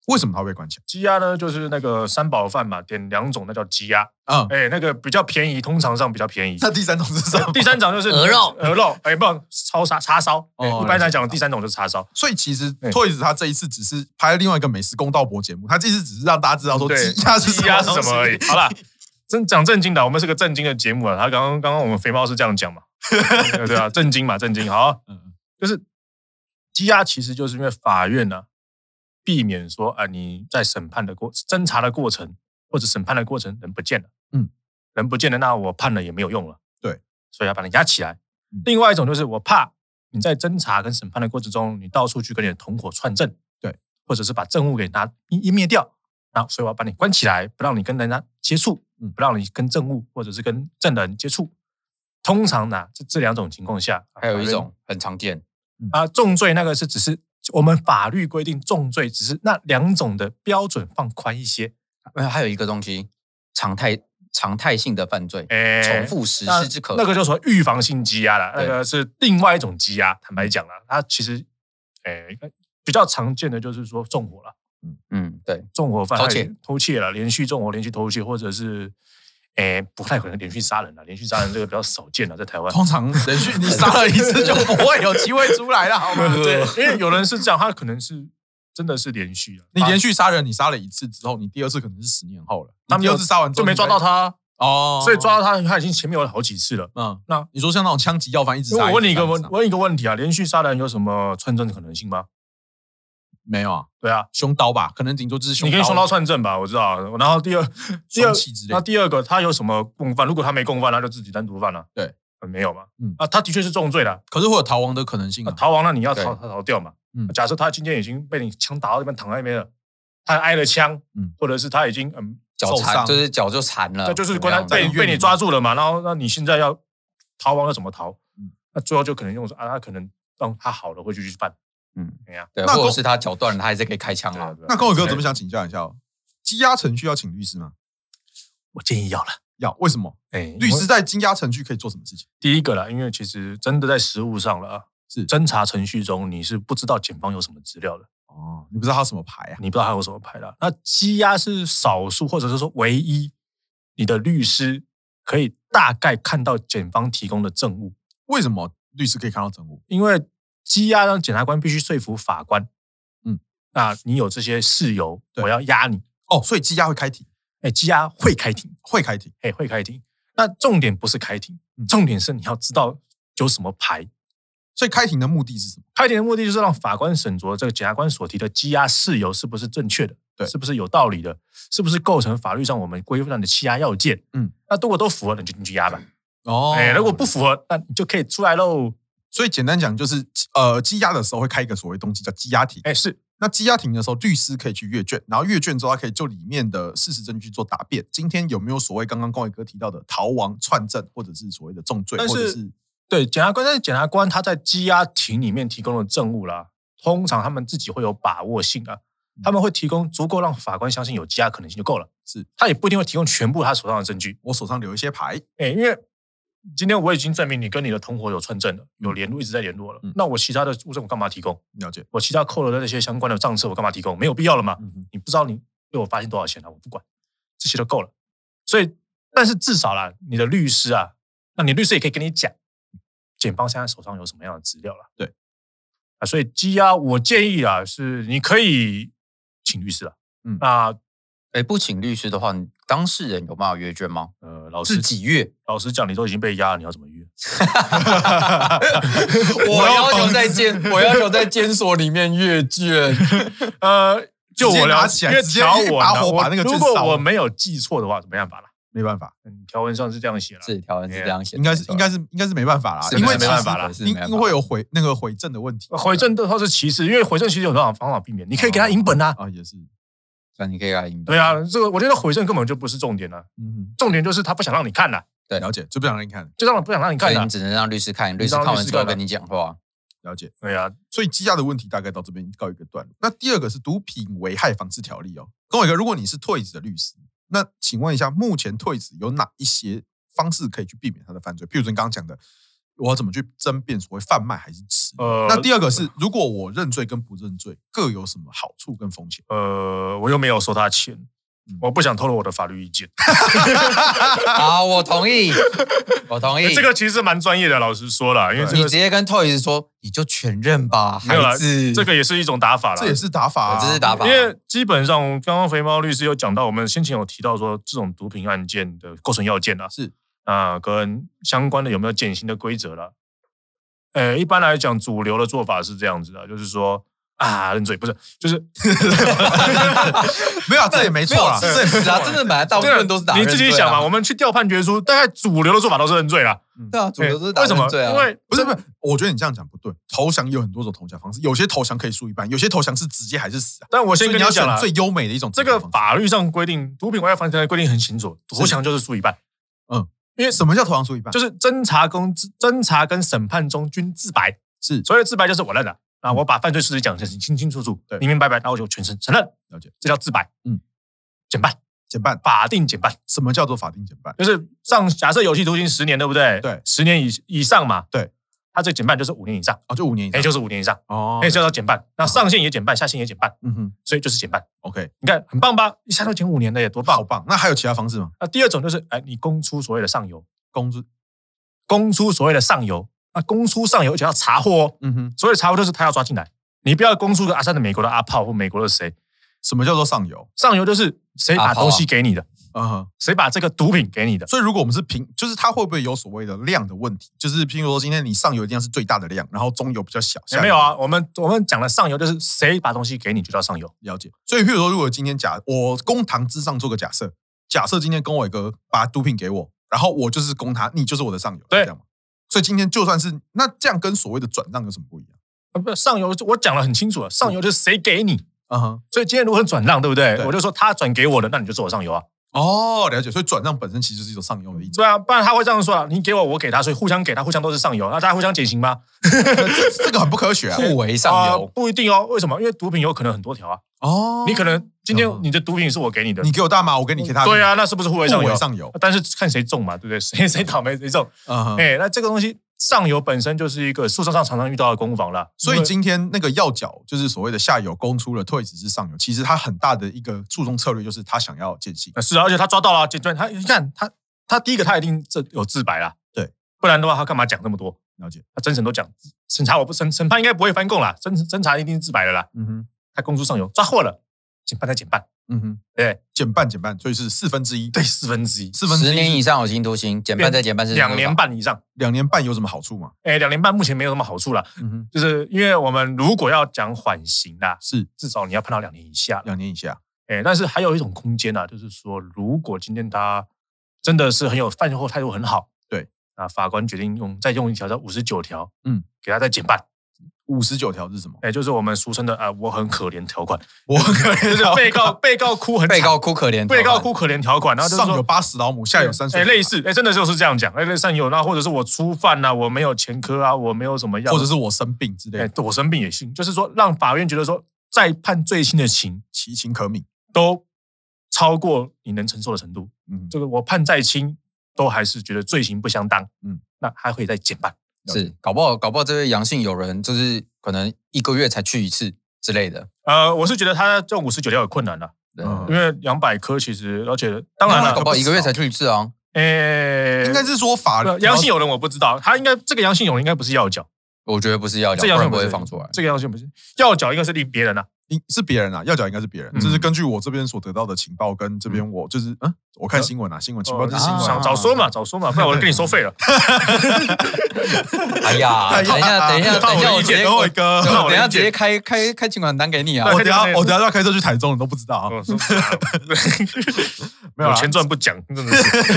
Speaker 1: 为什么他会被关起来？
Speaker 2: 羁押呢，就是那个三宝饭嘛，点两种，那叫羁押。
Speaker 1: 嗯，
Speaker 2: 哎，那个比较便宜，通常上比较便宜。
Speaker 1: 那第三种是什么？
Speaker 2: 第三种就是
Speaker 3: 鹅肉
Speaker 2: 鹅肉，哎，不，烧杀叉烧。哎
Speaker 1: 哦
Speaker 2: 一般
Speaker 1: 了解
Speaker 2: 来讲，第三种就是叉烧。
Speaker 1: 所以其实
Speaker 2: 对
Speaker 1: Toys 他这一次只是拍另外一个美食公道博节目，他这一次只是让大家知道说
Speaker 2: 对，
Speaker 1: 羁押是
Speaker 2: 鸡鸭是
Speaker 1: 东
Speaker 2: 什
Speaker 1: 西
Speaker 2: 么而已。好啦，真讲正经的，我们是个正经的节目啊。他刚刚刚刚我们肥猫是这样讲嘛，对啊，正经嘛，正经。好，
Speaker 1: 嗯嗯
Speaker 2: 就是羁押其实就是因为法院呢、避免说啊你在审判的过侦查的过程或者审判的过程人不见了，
Speaker 1: 嗯，
Speaker 2: 人不见了，那我判了也没有用了，
Speaker 1: 对，
Speaker 2: 所以要把你押起来
Speaker 1: 嗯。
Speaker 2: 另外一种就是我怕你在侦查跟审判的过程中，你到处去跟你的同伙串证，
Speaker 1: 对，
Speaker 2: 或者是把证物给拿湮灭掉，那所以我要把你关起来，不让你跟人家接触，
Speaker 1: 嗯
Speaker 2: 不让你跟证物或者是跟证人接触。通常呢、这这两种情况下，啊
Speaker 3: 还有
Speaker 2: 法
Speaker 3: 一
Speaker 2: 院
Speaker 3: 种很常见，
Speaker 2: 啊，重罪那个是只是我们法律规定重罪，只是那两种的标准放宽一些，
Speaker 3: 呃还有一个东西，常态常态性的犯罪，
Speaker 2: 哎
Speaker 3: 重复实
Speaker 2: 那
Speaker 3: 施之可，
Speaker 2: 那个就说预防性羁押了，那
Speaker 3: 对
Speaker 2: 个是另外一种羁押。坦
Speaker 1: 嗯
Speaker 2: 白讲了，它其实，诶、比较常见的就是说纵火了，
Speaker 3: 嗯对，
Speaker 2: 纵火犯
Speaker 3: 偷窃
Speaker 2: 偷窃了，连续纵火，连续偷窃，或者是诶，不太可能连续杀人了、连续杀人这个比较少见了、在台湾。
Speaker 1: 通常连续 你杀了一次就不会有机会出来了，好吗？
Speaker 2: 对，因为有人是这样，他可能是真的是连续啊的，
Speaker 1: 你
Speaker 2: 把
Speaker 1: 连续杀人，你杀了一次之后，你第二次可能是十年后了。
Speaker 2: 他
Speaker 1: 他
Speaker 2: 们
Speaker 1: 第二次杀完之
Speaker 2: 就
Speaker 1: 后
Speaker 2: 没抓到
Speaker 1: 你
Speaker 2: 他，
Speaker 1: 再哦，
Speaker 2: 所以抓到他，他已经前面有好几次了。
Speaker 1: 嗯，
Speaker 2: 那
Speaker 1: 你说像那种枪击要犯一直
Speaker 2: 因为
Speaker 1: 杀，
Speaker 2: 我问你一
Speaker 1: 直
Speaker 2: 个
Speaker 1: 杀
Speaker 2: 问
Speaker 1: 直，杀
Speaker 2: 问一个问题啊，连续杀人有什么串证的可能性吗？
Speaker 1: 没有啊？
Speaker 2: 对啊，
Speaker 1: 凶刀吧，可能顶多就是凶
Speaker 2: 你
Speaker 1: 刀，
Speaker 2: 跟凶刀串证吧，我知道。然后 第二，第二
Speaker 1: 凶，器之类
Speaker 2: 那
Speaker 1: 的。
Speaker 2: 第二个他有什么共犯？如果他没共犯，他就自己单独犯了。
Speaker 1: 对
Speaker 2: 呃，没有嘛。
Speaker 1: 嗯
Speaker 2: 啊，他的确是重罪了，
Speaker 1: 可是会有逃亡的可能性
Speaker 2: 那
Speaker 1: 啊。
Speaker 2: 逃亡了你要逃
Speaker 3: 对
Speaker 2: 他逃掉嘛。啊
Speaker 1: 嗯
Speaker 2: 假设他今天已经被你枪打到那边躺在那边了，他挨了枪，
Speaker 1: 嗯
Speaker 2: 或者是他已经嗯
Speaker 3: 脚
Speaker 1: 受伤
Speaker 3: 残就是脚就残了，
Speaker 2: 那就是
Speaker 3: 怎么
Speaker 2: 关
Speaker 3: 样
Speaker 2: 他被
Speaker 1: 在
Speaker 3: 的
Speaker 1: 院
Speaker 2: 被
Speaker 1: 里
Speaker 2: 你
Speaker 1: 面
Speaker 2: 抓住了嘛，然后那你现在要逃亡要怎么逃
Speaker 1: 嗯？
Speaker 2: 那最后就可能用说啊，他可能让他好了会继续犯，
Speaker 3: 嗯，
Speaker 2: 怎样？
Speaker 3: 对，
Speaker 1: 那
Speaker 3: 或
Speaker 1: 跟
Speaker 3: 者是他脚断了，他还是可以开枪
Speaker 2: 对啊
Speaker 3: 啊。
Speaker 2: 对啊
Speaker 1: 那跟我哥怎么想请教一下哦？羁押程序要请律师吗？
Speaker 2: 我建议要了，
Speaker 1: 要，为什么？
Speaker 2: 哎，
Speaker 1: 律
Speaker 2: 因
Speaker 1: 师
Speaker 2: 为
Speaker 1: 在羁押程序可以做什么事情？
Speaker 2: 第一个啦，因为其实真的在实务上了啊，
Speaker 1: 是
Speaker 2: 侦查程序中你是不知道检方有什么资料的，
Speaker 1: 哦，你不知道他什么牌啊？
Speaker 2: 你不知道他有什么牌的。那羁押是少数或者是说唯一，你的律师可以大概看到检方提供的证物，
Speaker 1: 为什么律师可以看到证物？
Speaker 2: 因为羁押让检察官必须说服法官，
Speaker 1: 嗯，
Speaker 2: 那你有这些事由，
Speaker 1: 对
Speaker 2: 我要押你。
Speaker 1: 哦，所以羁押会开庭，
Speaker 2: 哎，羁押会开庭，
Speaker 1: 会开庭。
Speaker 2: 哎，会开庭。那重点不是开庭
Speaker 1: 嗯，
Speaker 2: 重点是你要知道有什么牌。
Speaker 1: 所以开庭的目的是什么？
Speaker 2: 开庭的目的就是让法官审酌这个检察官所提的羁押事由是不是正确的，
Speaker 1: 对
Speaker 2: 是不是有道理的，是不是构成法律上我们规范的羁押要件。
Speaker 1: 嗯，
Speaker 2: 那如果都符合了，你就进去押吧。
Speaker 1: 哦
Speaker 2: 哎，如果不，符合，那你就可以出来喽。
Speaker 1: 所以简单讲就是，呃，羁押的时候会开一个所谓东西叫羁押庭。
Speaker 2: 哎，是
Speaker 1: 那羁押庭的时候，律师可以去阅卷，然后阅卷之后，他可以就里面的事实证据做答辩。今天有没有所谓刚刚光伟哥提到的逃亡、串证，或者是所谓的重罪，
Speaker 2: 但
Speaker 1: 或者
Speaker 2: 是
Speaker 1: 是
Speaker 2: 对，检察官，但是检察官他在羁押庭里面提供的证物啦，通常他们自己会有把握性啊，
Speaker 1: 嗯
Speaker 2: 他们会提供足够让法官相信有羁押可能性就够了。
Speaker 1: 是
Speaker 2: 他也不一定会提供全部他手上的证据，
Speaker 1: 我手上留一些牌？
Speaker 2: 哎，因为今天我已经证明你跟你的同伙有串证了，有联络，一直在联络了。
Speaker 1: 嗯
Speaker 2: 那我其他的物证我干嘛提供？
Speaker 1: 了 解，
Speaker 2: 我其他扣了的那些相关的账册我干嘛提供？没有必要了嘛。
Speaker 1: 嗯哼，
Speaker 2: 你不知道你被我发现多少钱了、我不管，这些都够了。所以，但是至少啦，你的律师啊，那你律师也可以跟你讲，检方现在手上有什么样的资料了。
Speaker 1: 对，
Speaker 2: 啊，所以羁押，我建议啊，是你可以请律师啊。
Speaker 1: 嗯
Speaker 2: 那
Speaker 3: 哎，不请律师的话，你当事人有办法约卷吗？
Speaker 2: 呃，老
Speaker 3: 是
Speaker 2: 师
Speaker 3: 几月？
Speaker 2: 老师讲，你都已经被押了，你要怎么约？
Speaker 3: 我要求在监，我要求在监所里面阅卷。
Speaker 2: 呃，就
Speaker 1: 直接
Speaker 2: 我
Speaker 1: 拿
Speaker 2: 了
Speaker 1: 起
Speaker 2: 解，
Speaker 1: 来
Speaker 2: 因为
Speaker 1: 直接
Speaker 2: 条
Speaker 1: 一
Speaker 2: 文
Speaker 1: 把
Speaker 2: 啊
Speaker 1: 火
Speaker 2: 我
Speaker 1: 把那个
Speaker 2: 如
Speaker 1: 卷
Speaker 2: 果
Speaker 1: 烧
Speaker 2: 我
Speaker 1: 了
Speaker 2: 没有记错的话，怎么样法了？
Speaker 1: 没办法，
Speaker 2: 嗯，条文上是这样写了。
Speaker 3: 是条文是这样写的，
Speaker 1: 应该是应该
Speaker 3: 是
Speaker 1: 是应该是没办法啦，
Speaker 3: 是
Speaker 1: 因为
Speaker 3: 没办法啦
Speaker 1: 其
Speaker 3: 是
Speaker 1: 实因
Speaker 3: 没办
Speaker 1: 因
Speaker 3: 法
Speaker 1: 为会有回那个回正的问题，
Speaker 2: 呃回正的话是歧视，因为回正其实有多少方法避免，你可以给他银本啊。
Speaker 1: 啊也是，
Speaker 3: 那你可以来赢。
Speaker 2: 对，啊，这个我觉得回正根本就不是重点了、
Speaker 1: 嗯
Speaker 2: 重点就是他不想让你看了、
Speaker 1: 哼，了解，就不想让你看，
Speaker 2: 就让不想让你
Speaker 3: 所
Speaker 2: 看啊
Speaker 3: 以
Speaker 2: 了、
Speaker 3: 你只能让律师看，律师
Speaker 2: 让律
Speaker 3: 看完
Speaker 2: 师
Speaker 3: 之后
Speaker 2: 看啊
Speaker 3: 跟你讲话。
Speaker 1: 了解。
Speaker 2: 对啊，
Speaker 1: 所以积压的问题大概到这边告一个段落。那第二个是毒品危害防治条例哦，跟我一个，如果你是退子的律师，那请问一下，目前退子有哪一些方式可以去避免他的犯罪？譬如说你刚刚讲的，我要怎么去争辩所谓贩卖还是持有？
Speaker 2: 呃，
Speaker 1: 那第二个是，如果我认罪跟不认罪各有什么好处跟风险？
Speaker 2: 呃，我又没有收他钱
Speaker 1: 嗯，
Speaker 2: 我不想透露我的法律意见。
Speaker 3: 好，我同意，我同 意。
Speaker 2: 这个其实蛮专业的，老实说了，因为这
Speaker 3: 你
Speaker 2: 个
Speaker 3: 直接跟 Toys 说，你就全认吧，
Speaker 2: 没有啦
Speaker 3: 孩子。
Speaker 2: 这个也是一种打法了，
Speaker 1: 这也是打法、啊，
Speaker 3: 呃对这是打法
Speaker 2: 因为基本上，刚刚肥猫律师有讲到，我们先前有提到说，这种毒品案件的构成要件啊，
Speaker 1: 是
Speaker 2: 啊，跟相关的有没有减刑的规则了。呃，一般来讲，主流的做法是这样子的，就是说啊，认罪不是，就是
Speaker 1: 没有 啊，这也没错啦。
Speaker 3: 没有这是啊，真的本来大部分都是打
Speaker 2: 你
Speaker 3: 认罪啊
Speaker 2: 自己想嘛，我们去调判决书，大概主流的做法都是认罪啦。
Speaker 3: 对啊，主流都是打
Speaker 2: 哎为什么
Speaker 3: 认罪？啊。
Speaker 2: 因为
Speaker 1: 不是不是，我觉得你这样讲不对。投降有很多种投降方式，有些投降可以输一半，有些投降是直接还是死啊。
Speaker 2: 但我
Speaker 1: 所
Speaker 2: 先
Speaker 1: 以
Speaker 2: 跟
Speaker 1: 你要
Speaker 2: 讲
Speaker 1: 选
Speaker 2: 啦，
Speaker 1: 最优美的一种
Speaker 2: 这
Speaker 1: 投
Speaker 2: 个
Speaker 1: 降方式。
Speaker 2: 法律上规定，毒品危害防治条例规定很清楚，
Speaker 1: 是
Speaker 2: 投降就是输一半，
Speaker 1: 因为什么叫投降输一半？
Speaker 2: 就是侦查跟侦查跟审判中均自白。
Speaker 1: 是
Speaker 2: 所谓的自白就是我认了啊，我把犯罪事实讲得清清楚楚
Speaker 1: 嗯对，
Speaker 2: 明明白白，然后我就全身承认，
Speaker 1: 了解，
Speaker 2: 这叫自白。
Speaker 1: 嗯，
Speaker 2: 减半，
Speaker 1: 减半。
Speaker 2: 法定减半，
Speaker 1: 什么叫做法定减半？
Speaker 2: 就是上假设有期徒刑十年，对不对？
Speaker 1: 对
Speaker 2: 十年以以上嘛。
Speaker 1: 对，
Speaker 2: 它这个减半就是五年以上，
Speaker 1: 哦，就五年以
Speaker 2: 哎，
Speaker 1: 上
Speaker 2: 就是五年以上，
Speaker 1: 哦
Speaker 2: 哎，，叫做减半。那上限也减半，下限也减半，
Speaker 1: 嗯哼
Speaker 2: 所以就是减半。
Speaker 1: ，OK，
Speaker 2: 你看很棒吧？一下就减五年了耶，多
Speaker 1: 好
Speaker 2: 棒！
Speaker 1: 棒。那还有其他方式吗？
Speaker 2: 那第二种就是，哎，你供出所谓的上游，
Speaker 1: 工资，
Speaker 2: 供出所谓的上游，那供出上游而且要查获哦。
Speaker 1: 嗯哼，
Speaker 2: 所谓的查获就是他要抓进来，你不要供出个阿三的美国的阿炮或美国的谁，
Speaker 1: 什么叫做上游？
Speaker 2: 上游就是谁
Speaker 3: 阿
Speaker 2: 把
Speaker 3: 炮啊
Speaker 2: 东西给你的，
Speaker 1: 嗯哼，
Speaker 2: 谁把这个毒品给你的。
Speaker 1: 所以如果我们是平，就是它会不会有所谓的量的问题？就是譬如说，今天你上游一定要是最大的量，然后中游比较小。下
Speaker 2: 也
Speaker 1: 游
Speaker 2: 没有啊，我们我们讲的上游就是谁把东西给你就叫上游。
Speaker 1: 了解。所以，譬如说，如果今天假我公堂之上做个假设，假设今天公伟哥把毒品给我，然后我就是公他，你就是我的上游，是
Speaker 2: 对
Speaker 1: 这样吗？所以今天就算是那这样跟所谓的转让有什么不一样？
Speaker 2: 啊不，上游我讲的很清楚了，上游就是谁给你。
Speaker 1: 嗯哼，
Speaker 2: 所以今天如何转让，对不对？
Speaker 1: 对
Speaker 2: 我就说他转给我的，那你就做我上游啊。
Speaker 1: 哦，了解。所以转让本身其实就是一种上游的意思。
Speaker 2: 对啊，不然他会这样说啊，你给我，我给他，所以互相给他，互相都是上游，那大家互相减刑吗？
Speaker 1: 这这个很不科学 啊。
Speaker 3: 互为上
Speaker 2: 啊
Speaker 3: 游，
Speaker 2: 不一定哦。为什么？因为毒品有可能很多条啊。
Speaker 1: 哦，
Speaker 2: 你可能今天
Speaker 1: 嗯
Speaker 2: 你的毒品是我给你的，
Speaker 1: 你给我大麻，我给你 K 他。
Speaker 2: 对，啊，那是不是互为上
Speaker 1: 互
Speaker 2: 游
Speaker 1: 为？上游。
Speaker 2: 但是看谁中嘛，对不对？谁谁倒霉谁中。
Speaker 1: 嗯哼。
Speaker 2: 哎，那这个东西上游本身就是一个诉讼上常常遇到的攻防啦。
Speaker 1: 所
Speaker 2: 因
Speaker 1: 以
Speaker 2: 为
Speaker 1: 今天那个要角，就是所谓的下游供出了退只是上游，其实他很大的一个注重策略就是他想要见性。
Speaker 2: 呃是啊，而且他抓到了，就对他你看他他第一个他一定这有自白啦，
Speaker 1: 对，
Speaker 2: 不然的话他干嘛讲那么多？
Speaker 1: 了解，
Speaker 2: 他真审都讲，审查我不审审判应该不会翻供啦，侦侦查一定自白了啦，
Speaker 1: 嗯哼，
Speaker 2: 他供出上游抓获了，减半再减半，
Speaker 1: 嗯哼，
Speaker 2: 对
Speaker 1: 减半减半，所以是四分之一，
Speaker 2: 对，四分之一，
Speaker 1: 四分之一
Speaker 3: 十年
Speaker 1: 是
Speaker 3: 以上有期徒刑，减半再减半是
Speaker 2: 两年，半以上，
Speaker 1: 两年半有什么好处吗？
Speaker 2: 哎，两年半目前没有什么好处啦，
Speaker 1: 嗯哼，
Speaker 2: 就是因为我们如果要讲缓刑啦，
Speaker 1: 是
Speaker 2: 至少你要判到两年以下啦，
Speaker 1: 两年以下，
Speaker 2: 哎，但是还有一种空间啊，就是说如果今天他真的是很有犯后态度很好，
Speaker 1: 对，
Speaker 2: 那法官决定用再用一条叫五十九条，
Speaker 1: 嗯，
Speaker 2: 给他再减半。
Speaker 1: 五十九条是什么？
Speaker 2: 哎，就是我们俗称的啊、我很可怜条款，
Speaker 1: 我可能
Speaker 2: 就是被告被告哭很惨
Speaker 3: 被告哭可怜，
Speaker 2: 被告哭可怜条款，然后就是
Speaker 1: 上有
Speaker 2: 说。
Speaker 1: 八十老母，下有三岁，
Speaker 2: 哎，类，似，哎，真的就是这样讲，哎，类似有那或者是我初犯呐、啊，我没有前科啊，我没有怎么样，
Speaker 1: 或者是我生病之类
Speaker 2: 哎
Speaker 1: 的，，
Speaker 2: 我生病也行，就是说让法院觉得说，再判最轻的刑
Speaker 1: 其情可悯。
Speaker 2: 都超过你能承受的程度，
Speaker 1: 嗯，
Speaker 2: 这个我判再轻，都还是觉得罪行不相当，
Speaker 1: 嗯
Speaker 2: 嗯，那还可以再减半，
Speaker 3: 是搞不好搞不好这位阳性友人就是可能一个月才去一次之类的，
Speaker 2: 呃，我是觉得他这五十九条有困难了、
Speaker 3: 对啊
Speaker 1: 嗯
Speaker 2: 因为两百颗其实，而且当然
Speaker 3: 搞
Speaker 2: 了，
Speaker 3: 不好一个月才去一次啊，
Speaker 2: 诶，
Speaker 1: 应该是说法
Speaker 2: 不阳性有人我不知道，他应该这个阳性有人应该不是药脚，
Speaker 3: 我觉得不是要
Speaker 2: 这
Speaker 3: 讲，
Speaker 2: 阳
Speaker 3: 不
Speaker 2: 性
Speaker 3: 然不会
Speaker 2: 是
Speaker 3: 放 出来。
Speaker 2: 这个阳性不是药脚，应该是另别人啊，
Speaker 1: 应是别人啊，要讲应该是别人，
Speaker 2: 嗯
Speaker 1: 这是根据我这边所得到的情报，跟这边我就是嗯，我
Speaker 2: 呃
Speaker 1: 看新闻啊，新闻
Speaker 2: 哦
Speaker 1: 情报就是新闻
Speaker 2: 想
Speaker 1: 啊，
Speaker 2: 早说嘛，早说嘛，不然我就跟你收费了，
Speaker 3: 哎 呀，
Speaker 1: 对
Speaker 3: 等一下，等一下，
Speaker 2: 看
Speaker 3: 等
Speaker 2: 我的
Speaker 3: 一下，我
Speaker 2: 意
Speaker 3: 直
Speaker 2: 见
Speaker 3: 接
Speaker 1: 等我一
Speaker 3: 对
Speaker 1: 个，
Speaker 2: 看
Speaker 3: 我
Speaker 2: 我
Speaker 3: 等
Speaker 2: 的
Speaker 3: 一下
Speaker 2: 意
Speaker 3: 直
Speaker 2: 见
Speaker 3: 接开开开请款单给你啊
Speaker 1: 我！
Speaker 2: 对
Speaker 1: 等一下
Speaker 2: 对对哦
Speaker 1: 我等一下要开车去台中，你都不知道啊，
Speaker 2: 我说
Speaker 1: 没有啦
Speaker 2: 我钱赚不讲，真的是，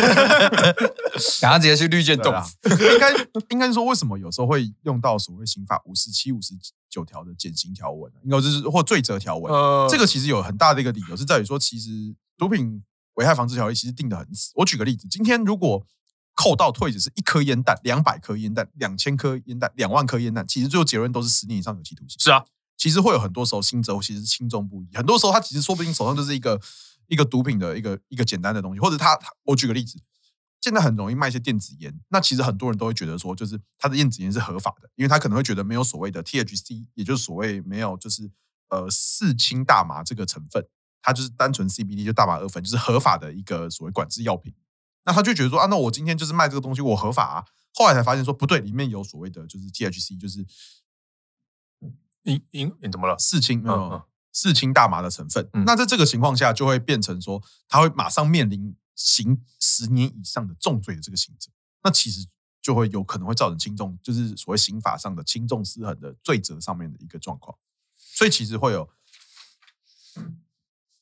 Speaker 3: 等一下直接去绿箭
Speaker 1: 对
Speaker 3: 洞
Speaker 2: 啊
Speaker 1: 啦，应该应该是说，为什么有时候会用到所谓刑法五十七、五十九条的减刑条文，啊应该就是或罪责条文。
Speaker 2: 呃
Speaker 1: 这个其实有很大的一个理由是在于说，其实毒品危害防治条例其实定得很死。我举个例子，今天如果扣到退只是一颗烟弹、两百颗烟弹、两千颗烟弹、两万颗烟弹，其实最后结论都是十年以上有期徒刑。
Speaker 2: 是啊，
Speaker 1: 其实会有很多时候新责其实是轻重不一，很多时候他其实说不定手上就是一个一个毒品的一个一个简单的东西，或者他他我举个例子，现在很容易卖一些电子烟，那其实很多人都会觉得说，就是他的电子烟是合法的，因为他可能会觉得没有所谓的 THC，也就是所谓没有就是呃四氢大麻这个成分，它就是单纯 CBD 就大麻二酚，就是合法的一个所谓管制药品。那他就觉得说啊，那我今天就是卖这个东西，我合法啊。后来才发现说不对，里面有所谓的就是 THC，就是
Speaker 2: 你你你怎么了？
Speaker 1: 四氢没
Speaker 2: 嗯嗯
Speaker 1: 有四氢呃大麻的成分。
Speaker 2: 嗯
Speaker 1: 那在这个情况下，就会变成说，他会马上面临刑十年以上的重罪的这个刑责。那其实就会有可能会造成轻重，就是所谓刑法上的轻重失衡的罪责上面的一个状况。所以其实会有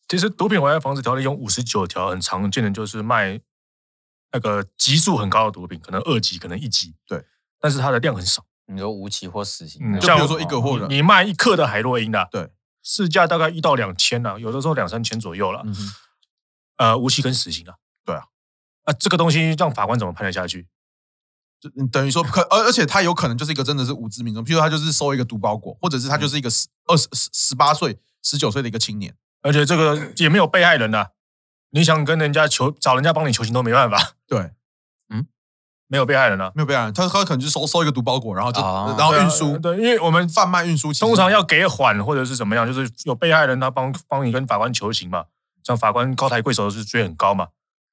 Speaker 2: 其实毒品危害防治条例用五十九条，很常见的就是卖那个级数很高的毒品，可能二级，可能一级，
Speaker 1: 对，
Speaker 2: 但是它的量很少。
Speaker 3: 你说无期或死刑
Speaker 2: 嗯，
Speaker 1: 就
Speaker 2: 像
Speaker 1: 比如说一个或者
Speaker 2: 你你卖一克的海洛因的，
Speaker 1: 对，
Speaker 2: 市价大概一到两千啊，有的时候两三千左右了。
Speaker 1: 嗯哼
Speaker 2: 呃，无期跟死刑啊，
Speaker 1: 对啊，
Speaker 2: 啊，这个东西让法官怎么判得下去？
Speaker 1: 就嗯等于说可，而而且他有可能就是一个真的是无知民众，譬如他就是收一个毒包裹，或者是
Speaker 2: 嗯
Speaker 1: 他就是一个十二十十十八岁、十九岁的一个青年，
Speaker 2: 而且这个也没有被啊害人呐、你想跟人家求找人家帮你求情都没办法，
Speaker 1: 对，
Speaker 3: 嗯，
Speaker 2: 没有被害人啊。
Speaker 1: 没有被害人，他他可能就收收一个毒包裹，然后就、
Speaker 3: 啊
Speaker 1: 然后
Speaker 2: 对啊
Speaker 1: 运输、
Speaker 2: 对，因为我们
Speaker 1: 贩卖运输，
Speaker 2: 通常要给缓或者是怎么样，就是有被害人他帮帮你跟法官求情嘛，像法官高抬贵手是追很高嘛，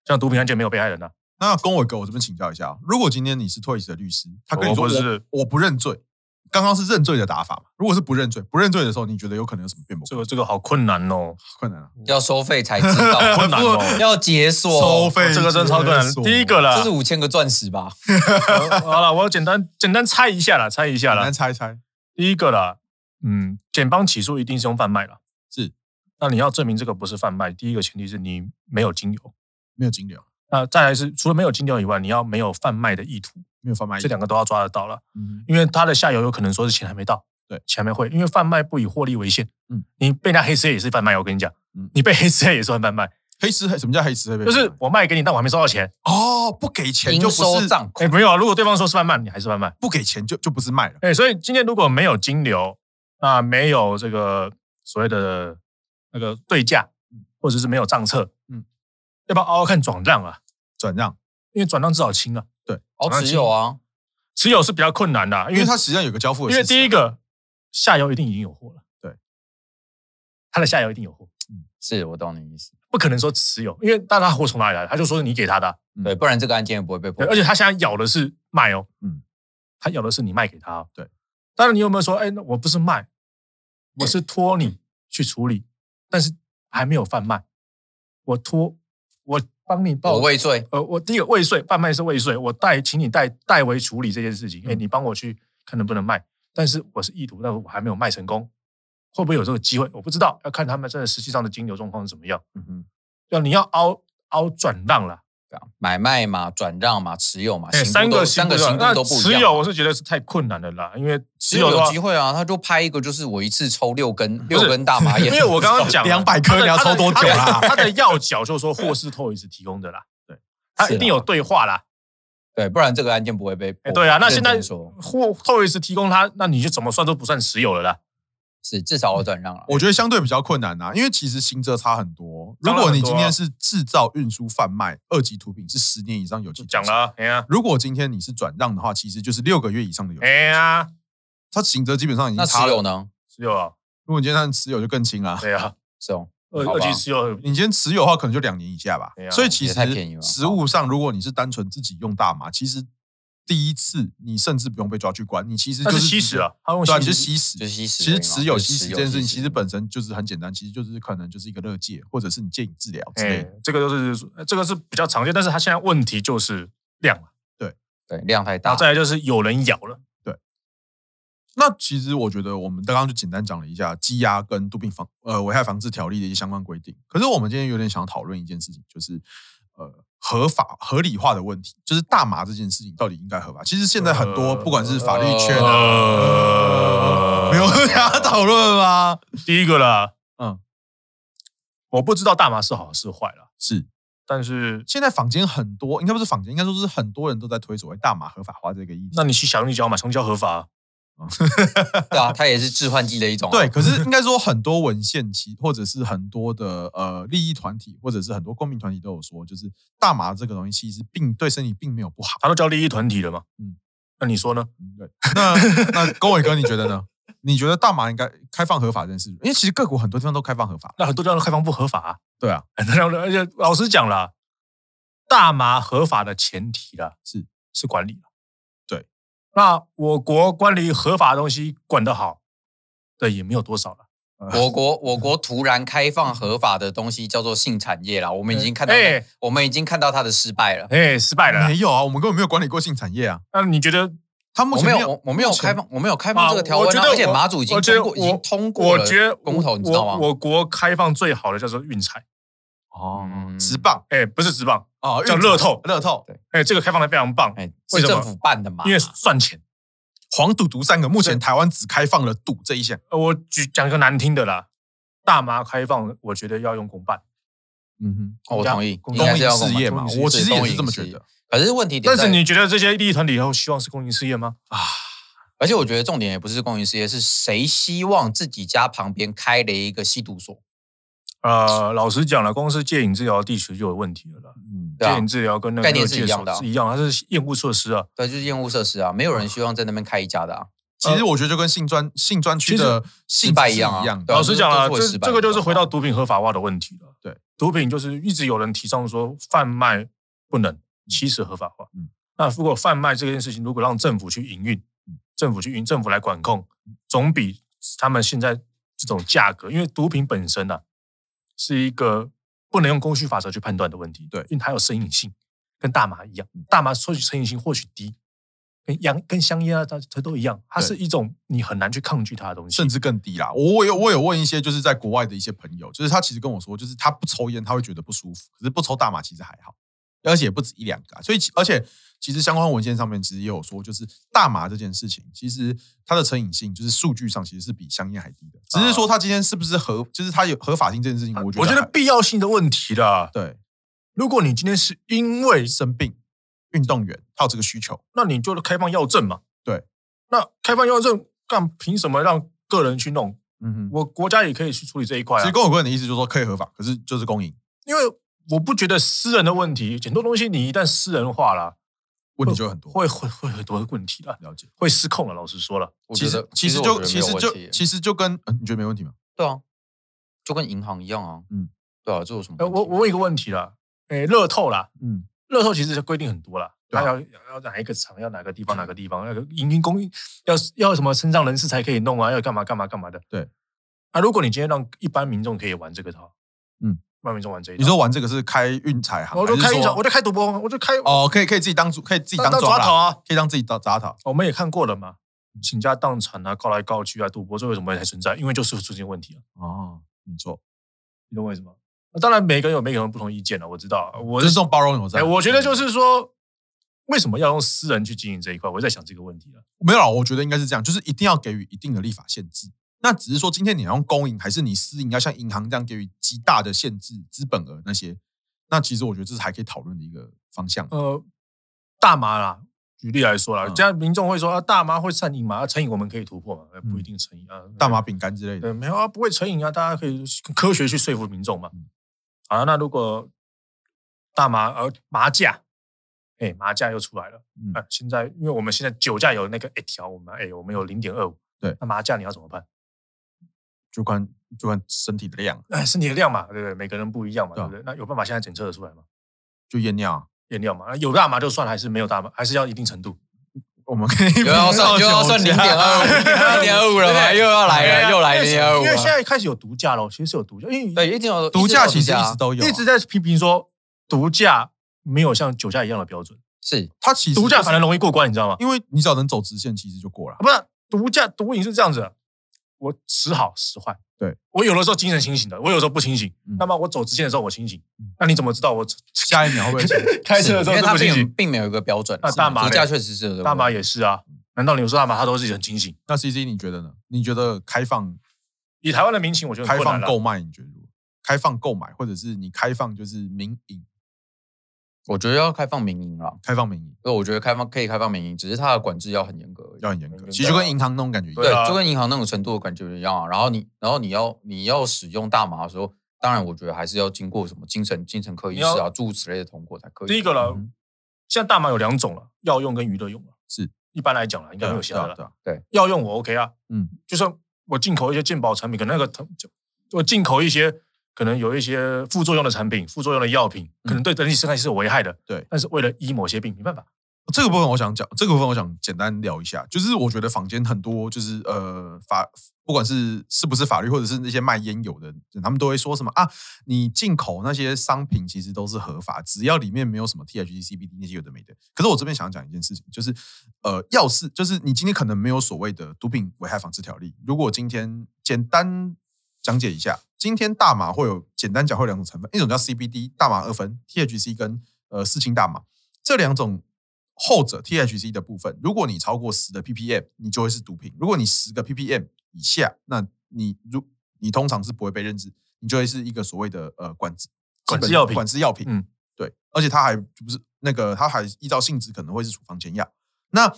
Speaker 2: 像毒品案件没有被害人啊，
Speaker 1: 那跟我哥，我这边请教一下，哦如果今天你是托尼斯的律师，他跟你说
Speaker 2: 我
Speaker 1: 我
Speaker 2: 哦不是
Speaker 1: 我不认罪，刚刚是认罪的打法嘛？如果是不认罪，不认罪的时候，你觉得有可能有什么变不
Speaker 2: 这个这个好困难哦，
Speaker 1: 困难啊？
Speaker 3: 要收费才知道，
Speaker 2: 困难哦，啊
Speaker 3: 要解锁
Speaker 1: 收费
Speaker 2: 这个真的超困难。第一个啦
Speaker 3: 这是，五千个钻石吧？
Speaker 2: 呃 好了，我简单简单猜一下啦，猜一下
Speaker 1: 很
Speaker 2: 啦
Speaker 1: 难，猜猜，
Speaker 2: 第一个啦，嗯，检方起诉一定是用贩卖了，
Speaker 1: 是。
Speaker 2: 那你要证明这个不是贩卖，第一个前提是你没有金流。
Speaker 1: 没有金流，
Speaker 2: 那再来是除了没有金流以外，你要没有贩卖的意图，
Speaker 1: 没有贩卖意
Speaker 2: 这
Speaker 1: 图，
Speaker 2: 两个都要抓得到了。
Speaker 1: 嗯
Speaker 2: 因为它的下游有可能说是钱还没到，
Speaker 1: 对，
Speaker 2: 钱还没汇，因为贩卖不以获利为限，
Speaker 1: 嗯
Speaker 2: 嗯，你被那黑市也是贩卖，我跟你讲，
Speaker 1: 嗯
Speaker 2: 你被黑市也算贩卖，
Speaker 1: 黑吃黑，什么叫黑吃黑被
Speaker 2: 就
Speaker 1: 贩卖？
Speaker 2: 是我卖给你，但我还没收到钱，
Speaker 1: 哦，不给钱就
Speaker 3: 应
Speaker 1: 不
Speaker 3: 收
Speaker 1: 是
Speaker 3: 账
Speaker 2: 哎，
Speaker 3: 款，
Speaker 2: 没有啊，如果对方说是贩卖，你还是贩卖，
Speaker 1: 不给钱就就不是卖了，
Speaker 2: 哎，所以今天如果没有金流，啊，没有这个所谓的那个对价，或者是没有账册，
Speaker 1: 嗯
Speaker 2: 嗯，要不要熬熬看转让啊？
Speaker 1: 转让，
Speaker 2: 因为转让至少轻啊，
Speaker 3: 哦，只有啊，
Speaker 2: 持有是比较困难的啊、
Speaker 1: 因为它实际上有个交付的
Speaker 2: 因
Speaker 1: 事
Speaker 2: 为
Speaker 1: 实啊，
Speaker 2: 第一个下游一定已经有货了，
Speaker 1: 对，
Speaker 2: 它的下游一定有货。
Speaker 3: 是我懂你意思，
Speaker 2: 不可能说持有，因为大家货从哪里来？他就说是你给他的啊、
Speaker 1: 嗯
Speaker 3: 对，不然这个案件也不会被破
Speaker 2: 对，。而且他现在咬的是卖哦，
Speaker 1: 嗯
Speaker 2: 嗯，他咬的是你卖给他、哦，
Speaker 1: 对。
Speaker 2: 当然你有没有说，哎，那我不是卖，我是托你去处理，但是还没有贩卖，我托我帮你报
Speaker 3: 我畏罪，
Speaker 2: 呃，我第一个未遂，贩卖是未遂，我代请你代代为处理这件事情，哎、
Speaker 1: 嗯
Speaker 2: 你帮我去看能不能卖，但是我是意图，但我还没有卖成功，会不会有这个机会？我不知道，要看他们真的实际上的金流状况是怎么样。
Speaker 1: 嗯哼，
Speaker 2: 要你要凹凹转让啦，
Speaker 3: 对啊买卖嘛、转让嘛、持有嘛，
Speaker 2: 哎，
Speaker 3: 行
Speaker 2: 三
Speaker 3: 动
Speaker 2: 个
Speaker 3: 都三个
Speaker 2: 行动
Speaker 3: 行动
Speaker 2: 那
Speaker 3: 都不一样。
Speaker 2: 持有我是觉得是太困难了啦，因为
Speaker 3: 只
Speaker 2: 持
Speaker 3: 有
Speaker 2: 有的话
Speaker 3: 有机，会啊，他就拍一个，就是我一次抽六根，
Speaker 2: 是
Speaker 3: 六根大麻
Speaker 2: 因
Speaker 3: 烟。
Speaker 2: 为我 刚刚讲
Speaker 1: 两百颗你要抽多久啦
Speaker 2: 啦？
Speaker 3: 啊
Speaker 2: 他的要角就是说货是透一直提供的啦，对，他
Speaker 3: 是啊
Speaker 2: 一定有对话啦，
Speaker 3: 对，不然这个案件不会被破。
Speaker 2: 哎，对啊，那现在
Speaker 3: 认真说
Speaker 2: 货透一直提供他，那你就怎么算都不算持有了啦。
Speaker 3: 是至少我转让啊了。
Speaker 1: 我觉得相对比较困难呐、因为其实刑责差很多。如
Speaker 2: 当然
Speaker 1: 果你
Speaker 2: 很多
Speaker 1: 今
Speaker 2: 啊
Speaker 1: 天是制造、运输、贩卖二级毒品，是十年以上有期徒刑
Speaker 2: 讲了。啊，哎呀，
Speaker 1: 如果今天你是转让的话，其实就是六个月以上的有期
Speaker 2: 哎，呀，
Speaker 1: 它刑责基本上已
Speaker 3: 那
Speaker 1: 经
Speaker 3: 持
Speaker 1: 差
Speaker 3: 有
Speaker 1: 了。
Speaker 3: 呢？
Speaker 2: 持有啊，
Speaker 1: 如果你今天让你持有就更轻啊，
Speaker 2: 对啊，
Speaker 3: 是哦，
Speaker 2: 二
Speaker 3: 好
Speaker 2: 二
Speaker 3: 吧
Speaker 2: 级持有
Speaker 1: 你今天持有的话可能就两年以下吧
Speaker 2: 对。啊
Speaker 1: 所以其
Speaker 3: 也太便宜
Speaker 1: 实
Speaker 3: 了
Speaker 1: 实物上，如果你是单纯自己用大麻，其实第一次你甚至不用被抓去关，你其实
Speaker 2: 那
Speaker 1: 就是直接
Speaker 2: 吸食啊，，他用
Speaker 1: 对啊，你
Speaker 2: 吸
Speaker 1: 是
Speaker 2: 食
Speaker 1: 吸食
Speaker 3: 就。是吸
Speaker 1: 其
Speaker 3: 食而已
Speaker 1: 实
Speaker 3: 嘛。
Speaker 1: 持有
Speaker 3: 就
Speaker 1: 吸食
Speaker 3: 持
Speaker 1: 这件事情，
Speaker 3: 吸
Speaker 1: 其
Speaker 3: 食
Speaker 1: 实本身就是很简单，其实就是可能就是一个乐戒，或者是你戒瘾治疗之类
Speaker 2: 哎
Speaker 1: 的。，
Speaker 2: 这个就是这个是比较常见，但是他现在问题就是量了，
Speaker 3: 对量太
Speaker 2: 然
Speaker 3: 大
Speaker 2: 后，再来就是有人咬了，
Speaker 1: 那其实我觉得我们刚刚就简单讲了一下羁押跟毒品防呃危害防治条例的一些相关规定。可是我们今天有点想讨论一件事情，就是呃合法合理化的问题，就是大麻这件事情到底应该合法？其实现在很多
Speaker 2: 呃
Speaker 1: 不管是法律圈啊，
Speaker 2: 呃
Speaker 1: 没有想要讨论吗？
Speaker 2: 第一个啦，
Speaker 1: 嗯，
Speaker 2: 我不知道大麻是好是坏啦，
Speaker 1: 是
Speaker 2: 但是
Speaker 1: 现在坊间很多，应该不是坊间，应该说是很多人都在推所谓大麻合法化这个议题。
Speaker 2: 那你吸小香蕉嘛，香蕉合法啊，
Speaker 3: 对啊，它也是致幻剂的一种啊。
Speaker 1: 对，可是应该说很多文献其或者是很多的呃利益团体，或者是很多公民团体都有说，就是大麻这个东西其实并对身体并没有不好。
Speaker 2: 它都叫利益团体了嘛，
Speaker 1: 嗯
Speaker 2: 嗯，那你说呢？
Speaker 1: 嗯对，那那龚伟哥你觉得呢？你觉得大麻应该开放合法这件事？因为其实各国很多地方都开放合法。
Speaker 2: 那很多地方都开放不合法啊，
Speaker 1: 对啊，
Speaker 2: 很多地方都而且老实讲啦，大麻合法的前提啦
Speaker 1: 是
Speaker 2: 是管理啦
Speaker 1: 对，
Speaker 2: 那我国关于合法的东西管得好的也没有多少了。
Speaker 3: 我国我国突然开放合法的东西叫做性产业啦，我们已经看到，
Speaker 2: 哎
Speaker 3: 我们已经看到它的失败了。
Speaker 2: 哎，失败了啦。
Speaker 1: 没有啊，我们根本没有管理过性产业啊。
Speaker 2: 那你觉得？
Speaker 1: 他目
Speaker 3: 我
Speaker 1: 前
Speaker 3: 没
Speaker 1: 没
Speaker 3: 有，我我没有
Speaker 1: 目前
Speaker 3: 开放，我没有开放这个条
Speaker 2: 我
Speaker 3: 文
Speaker 2: 觉
Speaker 3: 啊，
Speaker 2: 得
Speaker 3: 而且
Speaker 2: 我
Speaker 3: 马祖已经
Speaker 2: 我觉得
Speaker 3: 通过，已经
Speaker 2: 我
Speaker 3: 通过
Speaker 2: 我
Speaker 3: 了
Speaker 2: 觉得
Speaker 3: 公投，你知道吗？
Speaker 2: 我我国开放最好的叫做运彩，
Speaker 1: 哦
Speaker 3: 嗯
Speaker 1: 直棒
Speaker 2: 哎，不是直棒，
Speaker 1: 哦，
Speaker 2: 叫
Speaker 1: 运彩
Speaker 2: 乐透
Speaker 1: 乐透
Speaker 2: 哎，这个开放的非常棒，
Speaker 3: 哎，
Speaker 2: 为
Speaker 3: 是
Speaker 2: 什么
Speaker 3: 政府办的嘛？哦
Speaker 2: 因为赚钱。
Speaker 1: 黄赌毒三个，目前
Speaker 2: 对
Speaker 1: 台湾只开放了赌这一项。
Speaker 2: 呃我举讲一个难听的啦，大麻开放，我觉得要用公办，
Speaker 1: 嗯哼，
Speaker 3: 哦我同意，
Speaker 2: 公
Speaker 3: 应
Speaker 1: 公
Speaker 3: 该
Speaker 1: 益
Speaker 3: 是要
Speaker 1: 事
Speaker 3: 公
Speaker 1: 业
Speaker 3: 办
Speaker 1: 嘛
Speaker 3: 公益，
Speaker 1: 我其实也
Speaker 3: 公
Speaker 1: 是
Speaker 3: 益
Speaker 1: 这么
Speaker 3: 事
Speaker 1: 觉
Speaker 3: 业
Speaker 1: 得。
Speaker 3: 可是问题点
Speaker 2: 但
Speaker 3: 在，
Speaker 2: 是你觉得这些利益团体以后希望是公营事业吗？
Speaker 3: 而且我觉得重点也不是公营事业，是谁希望自己家旁边开了一个吸毒所？
Speaker 2: 呃，老实讲了，光是戒瘾治疗地区就有问题了啦。
Speaker 1: 嗯，
Speaker 3: 对啊
Speaker 2: 戒瘾治疗跟那个
Speaker 3: 概念
Speaker 2: 热
Speaker 3: 是
Speaker 2: 戒
Speaker 3: 一样
Speaker 2: 手
Speaker 3: 的啊
Speaker 2: 是一样，它是厌恶措施啊。
Speaker 3: 对，就是厌恶设施啊，没有人希望在那边开一家的啊。
Speaker 1: 其实我觉得就跟性专性专区的性
Speaker 3: 失败
Speaker 1: 质
Speaker 3: 一
Speaker 1: 是
Speaker 3: 样啊
Speaker 1: 一样的
Speaker 3: 对啊
Speaker 2: 老实讲啊，
Speaker 3: 就是做
Speaker 2: 这
Speaker 3: 失败
Speaker 2: 这个就是
Speaker 3: 的方法
Speaker 2: 回到毒品合法化的问题了。
Speaker 1: 对，
Speaker 2: 毒品就是一直有人提倡说贩卖不能，
Speaker 3: 嗯
Speaker 2: 吸食合法化。
Speaker 1: 嗯
Speaker 2: 那如果贩卖这件事情，如果让政府去营运
Speaker 1: 嗯，
Speaker 2: 政府去营，政府来管控，
Speaker 3: 嗯
Speaker 2: 总比他们现在这种价格，因为毒品本身啊，是一个不能用供需法则去判断的问题。
Speaker 1: 对
Speaker 2: 因为它有成瘾性，跟大麻一样，
Speaker 3: 嗯
Speaker 2: 大麻说起成瘾性或许低。跟烟跟香烟啊，它它都一样，它
Speaker 1: 对
Speaker 2: 是一种你很难去抗拒它的东西。
Speaker 1: 甚至更低啦。我我有我有问一些就是在国外的一些朋友，就是他其实跟我说，就是他不抽烟他会觉得不舒服，可是不抽大麻其实还好，而且也不止一两个、啊。所以其而且其实相关文献上面其实也有说，就是大麻这件事情，其实它的成瘾性就是数据上其实是比香烟还低的，只是
Speaker 3: 啊
Speaker 1: 说它今天是不是合，就是它有合法性这件事情，我觉得
Speaker 2: 我觉得
Speaker 1: 还
Speaker 2: 必要性的问题啦。
Speaker 1: 对
Speaker 2: 如果你今天是因为，
Speaker 1: 生病运动员他有这个需求，
Speaker 2: 那你就开放药证嘛。
Speaker 1: 对，
Speaker 2: 那开放药证干凭什么让个人去弄？
Speaker 1: 嗯哼。
Speaker 2: 我国家也可以去处理这一块
Speaker 1: 其
Speaker 2: 啊
Speaker 1: 实。跟我个人的意思就是说可以合法，可是就是公营
Speaker 2: 因为我不觉得私人的问题，很多东西你一旦私人化了，
Speaker 1: 问题就会很多。
Speaker 2: 会会会很多问题了，
Speaker 1: 了解，
Speaker 2: 会失控了。老实说了，
Speaker 3: 我
Speaker 1: 其
Speaker 3: 觉得
Speaker 1: 实其实
Speaker 3: 我
Speaker 1: 就
Speaker 3: 觉得
Speaker 1: 其
Speaker 3: 没有
Speaker 1: 实
Speaker 3: 问
Speaker 1: 就
Speaker 3: 题啊
Speaker 1: 其实就跟嗯，你觉得没问题吗？
Speaker 3: 对啊，就跟银行一样啊。
Speaker 1: 嗯
Speaker 3: 嗯，对啊，这有什么
Speaker 2: 呃，
Speaker 3: 问题？
Speaker 2: 我我问一个问题啦，诶，乐透啦，
Speaker 1: 嗯，
Speaker 2: 乐透其实规定很多啦，
Speaker 1: 对啊
Speaker 2: 它要要哪一个厂，要哪个地方，哪个地方，那个营运公益要要什么身障人士才可以弄啊，要干嘛干嘛干嘛的。
Speaker 1: 对，
Speaker 2: 啊，如果你今天让一般民众可以玩这个套，
Speaker 1: 嗯，
Speaker 2: 让民众玩这一套，
Speaker 1: 你说玩这个是开运彩行，
Speaker 2: 我就
Speaker 1: 还
Speaker 2: 开
Speaker 1: 是
Speaker 2: 一场，
Speaker 1: 说
Speaker 2: 我就开赌博，我就开
Speaker 1: 哦，可以可以自己当主，可以自己当
Speaker 2: 当
Speaker 1: 庄
Speaker 2: 抓
Speaker 1: 啦
Speaker 2: 头啊，
Speaker 1: 可以当自己当杂塔。
Speaker 2: 我们也看过了嘛，
Speaker 1: 嗯
Speaker 2: 倾家荡产啊，告来告去啊，赌博最后为什么还存在？因为就是出现问题了，
Speaker 1: 哦，没错，
Speaker 2: 你懂我意思吗？啊当然，每个人有每个人不同意见了，我知道，啊我
Speaker 1: 我是这种包容有在。嗯
Speaker 2: 哎，我觉得就是说，为什么要用私人去经营这一块？我在想这个问题啊。
Speaker 1: 没有啦，我觉得应该是这样，就是一定要给予一定的立法限制。那只是说，今天你要用公营还是你私营，要像银行这样给予极大的限制资本额那些，那其实我觉得这是还可以讨论的一个方向。
Speaker 2: 呃，大麻啦，举例来说啦，
Speaker 1: 嗯
Speaker 2: 这样民众会说啊，大麻会成瘾嘛？啊，成瘾我们可以突破嘛？呃不一定成瘾啊，
Speaker 1: 嗯大麻饼干之类的，
Speaker 2: 对，没有啊，不会成瘾啊，大家可以科学去说服民众嘛
Speaker 1: 嗯。
Speaker 2: 好啊，那如果大麻呃麻架，哎、麻架又出来了。
Speaker 1: 嗯
Speaker 2: 啊，现在因为我们现在酒驾有那个一条，我们哎、我们有零点二五，
Speaker 1: 对
Speaker 2: 那麻架你要怎么办？
Speaker 1: 就看就看身体的量，
Speaker 2: 哎，身体的量嘛，对不对？每个人不一样嘛，
Speaker 1: 对
Speaker 2: 对
Speaker 1: 啊
Speaker 2: 不对？那有办法现在检测得出来吗？
Speaker 1: 就验尿啊。
Speaker 2: 验尿嘛，啊有大麻就算了，还是没有大麻，还是要一定程度。
Speaker 1: 我们可以
Speaker 3: 又要算又要算零 点二五，零点二五 了嘛，
Speaker 2: 对
Speaker 3: 又要
Speaker 2: 对
Speaker 3: 来
Speaker 2: 啊
Speaker 3: 了，又来
Speaker 2: 因
Speaker 3: 零
Speaker 2: 为
Speaker 3: 点二五
Speaker 2: 因。为现在开始有毒驾咯，其实是有毒驾，因为
Speaker 3: 对，一定有
Speaker 1: 毒驾，其实
Speaker 3: 有
Speaker 1: 一
Speaker 3: 毒
Speaker 1: 直都有啊，
Speaker 2: 一直在批评说毒驾没有像酒驾一样的标准，
Speaker 3: 是
Speaker 1: 它其实
Speaker 2: 毒驾
Speaker 1: 就是
Speaker 2: 反而容易过关，你知道吗？
Speaker 1: 因为你只要能走直线，其实就过了
Speaker 2: 啊。不是毒驾毒瘾是这样子的，我时好时坏。
Speaker 1: 对
Speaker 2: 我有的时候精神清醒的，我有的时候不清醒。
Speaker 1: 嗯
Speaker 2: 那么我走直线的时候我清醒
Speaker 1: 嗯，
Speaker 2: 那你怎么知道我
Speaker 1: 下一秒会不会醒
Speaker 2: 开车的时候
Speaker 3: 因为
Speaker 2: 是
Speaker 3: 它
Speaker 2: 不清
Speaker 3: 并
Speaker 2: 醒？
Speaker 3: 并没有一个标准。
Speaker 2: 那大麻
Speaker 3: 毒驾
Speaker 2: 嘞
Speaker 3: 确实是有这个
Speaker 2: 大麻
Speaker 3: 问题
Speaker 2: 也是啊，难道你有说大麻他都是很清醒？
Speaker 1: 那 C C 你觉得呢？你觉得开 放
Speaker 2: 以台湾的民情，我觉得很
Speaker 1: 开
Speaker 2: 困
Speaker 1: 放
Speaker 2: 难啦
Speaker 1: 购卖，你觉得如何？开放购买，或者是你开放就是民营，
Speaker 3: 我觉得要开放民营了。
Speaker 1: 开放民营
Speaker 3: 对，我觉得开放可以开放民营，只是它的管制要很严格而已。
Speaker 1: 要很严格，
Speaker 2: 对啊
Speaker 1: 其实就跟银行那种感觉一样。
Speaker 3: 对
Speaker 2: 对啊，
Speaker 3: 就跟银行那种程度的感觉一样啊。然后你，然后你要你要使用大麻的时候，当然我觉得还是要经过什么精神精神科医师
Speaker 2: 你
Speaker 3: 啊
Speaker 2: 要
Speaker 3: 诸如此类的通过才可以。
Speaker 2: 第一个了
Speaker 1: 嗯，
Speaker 2: 现在大麻有两种了，药用跟娱乐用了。
Speaker 1: 是，
Speaker 2: 一般来讲了，应该没有其
Speaker 1: 对
Speaker 2: 他的
Speaker 1: 啊，
Speaker 2: 了
Speaker 1: 对。啊，
Speaker 2: 药用我 OK 啊，
Speaker 1: 嗯，
Speaker 2: 就算我进口一些健保产品，可能那个它就我进口一些可能有一些副作用的产品、副作用的药品，可能对人体生态是有危害的。
Speaker 1: 嗯对
Speaker 2: 但是为了医某些病，没办法。
Speaker 1: 这个部分我想讲，这个部分我想简单聊一下，就是我觉得坊间很多就是呃法，不管是是不是法律，或者是那些卖烟油的人，他们都会说什么啊，你进口那些商品其实都是合法，只要里面没有什么 THC、CBD 那些有的没的。可是我这边想讲一件事情，就是呃，要是就是你今天可能没有所谓的毒品危害防治条例，如果今天简单讲解一下，今天大麻会有简单讲会有两种成分，一种叫 CBD 大麻二酚 THC 跟呃四氢大麻。这两种后者 THC 的部分，如果你超过十的 ppm，你就会是毒品；如果你十个 ppm 以下，那你如你通常是不会被认知，你就会是一个所谓的呃管制
Speaker 2: 管制
Speaker 1: 基本
Speaker 2: 药品
Speaker 1: 管制药品，
Speaker 2: 嗯，
Speaker 1: 对，而且它还不是那个，它还依照性质可能会是处方前药。那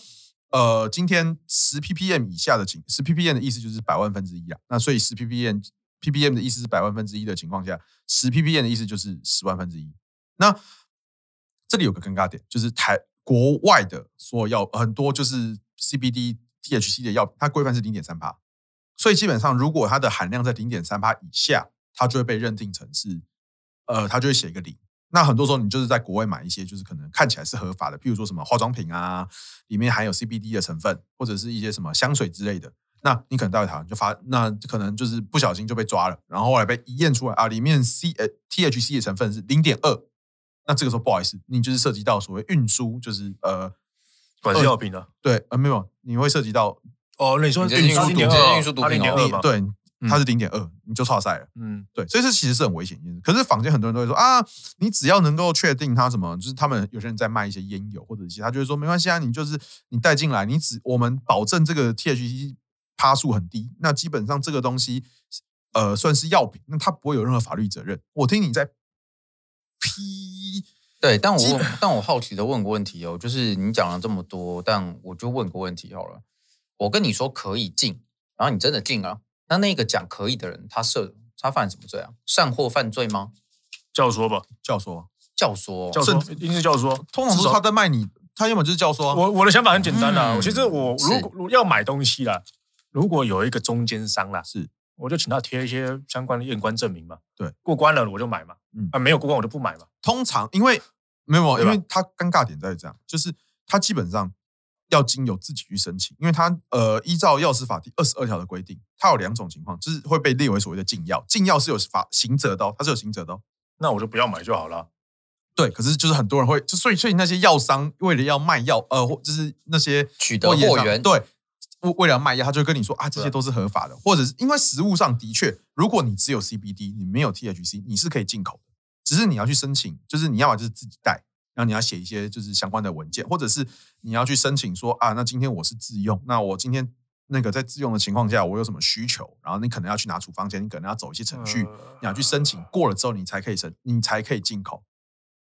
Speaker 1: 呃，今天十 ppm 以下的情，十 ppm 的意思就是百万分之一啊。那所以十 ppm ppm 的意思是百万分之一的情况下，十 ppm 的意思就是十万分之一。那这里有个尴尬点，就是台国外的所有药很多就是 CBD、THC 的药品，它规范是零点三帕，所以基本上如果它的含量在零点三帕以下，它就会被认定成是，呃，它就会写一个零。那很多时候你就是在国外买一些就是可能看起来是合法的，譬如说什么化妆品啊，里面含有 CBD 的成分，或者是一些什么香水之类的。那你可能带回台湾就发，那可能就是不小心就被抓了，然后后来被一验出来啊，里面 C 呃 THC 的成分是零点二，那这个时候不好意思，你就是涉及到所谓运输，就是呃
Speaker 2: 管制药品的。
Speaker 1: 对呃没有，你会涉及到
Speaker 2: 哦，那你说
Speaker 3: 你这是
Speaker 2: 运输啊
Speaker 3: 运输
Speaker 2: 点
Speaker 3: 毒品
Speaker 2: 二，
Speaker 3: 运输毒
Speaker 2: 它
Speaker 3: 品
Speaker 2: 零点
Speaker 3: 哦
Speaker 2: 二
Speaker 1: 你
Speaker 2: 吧？，
Speaker 1: 对
Speaker 2: 嗯
Speaker 1: 它是零点二，你就差赛了。
Speaker 2: 嗯，
Speaker 1: 对，所以这其实是很危险一件事。可是坊间很多人都会说啊，你只要能够确定它什么，就是他们有些人在卖一些烟油或者其他，就会说没关系啊，你就是你带进来，你只我们保证这个 THC 趴数很低，那基本上这个东西呃算是药品，那它不会有任何法律责任。我听你在批，
Speaker 3: 对，但我
Speaker 1: 基
Speaker 3: 问但我好奇的问个问题哦，就是你讲了这么多，但我就问个问题好了。我跟你说可以进，然后你真的进了，那那个讲可以的人，他涉他犯什么罪啊？散货犯罪吗？
Speaker 2: 教唆吧，
Speaker 1: 教唆，
Speaker 3: 教唆哦、
Speaker 2: 教
Speaker 1: 甚
Speaker 2: 唆一定是教唆。
Speaker 1: 通常都
Speaker 2: 至
Speaker 1: 是
Speaker 2: 少
Speaker 1: 他在卖你，他要么就是教唆啊、
Speaker 2: 我我的想法很简单啦，
Speaker 3: 嗯
Speaker 2: 其实我
Speaker 3: 是
Speaker 2: 如果如要买东西啦，如果有一个中间商啦，
Speaker 1: 是
Speaker 2: 我就请他贴一些相关的验关证明嘛。
Speaker 1: 对，
Speaker 2: 过关了我就买嘛
Speaker 1: 嗯，
Speaker 2: 啊没有过关我就不买嘛。
Speaker 1: 通常因为没有，
Speaker 2: 对
Speaker 1: 因
Speaker 2: 吧
Speaker 1: 为他尴尬点在于这样，就是他基本上要经由自己去申请，因为他呃依照药师法第二十二条的规定，它有两种情况，就是会被列为所谓的禁药，禁药是有法刑责的、哦，它是有刑责的、哦。
Speaker 2: 那我就不要买就好了。
Speaker 1: 对，可是就是很多人会，就所以所以那些药商为了要卖药，呃，或就是那些
Speaker 3: 取得
Speaker 1: 货业
Speaker 3: 货
Speaker 1: 上
Speaker 3: 源
Speaker 1: 对，为为了要卖药，他就跟你说啊，这些都是合法的，或者是因为实物上的确，如果你只有 CBD，你没有 THC，你是可以进口的，只是你要去申请，就是你要么就是自己带，然后你要写一些就是相关的文件，或者是你要去申请说啊，那今天我是自用，那我今天那个在自用的情况下，我有什么需求，然后你可能要去拿处方签，你可能要走一些程
Speaker 3: 嗯
Speaker 1: 序。
Speaker 2: 呃
Speaker 1: 你要去申请过了之后，你才可以申，你才可以进口。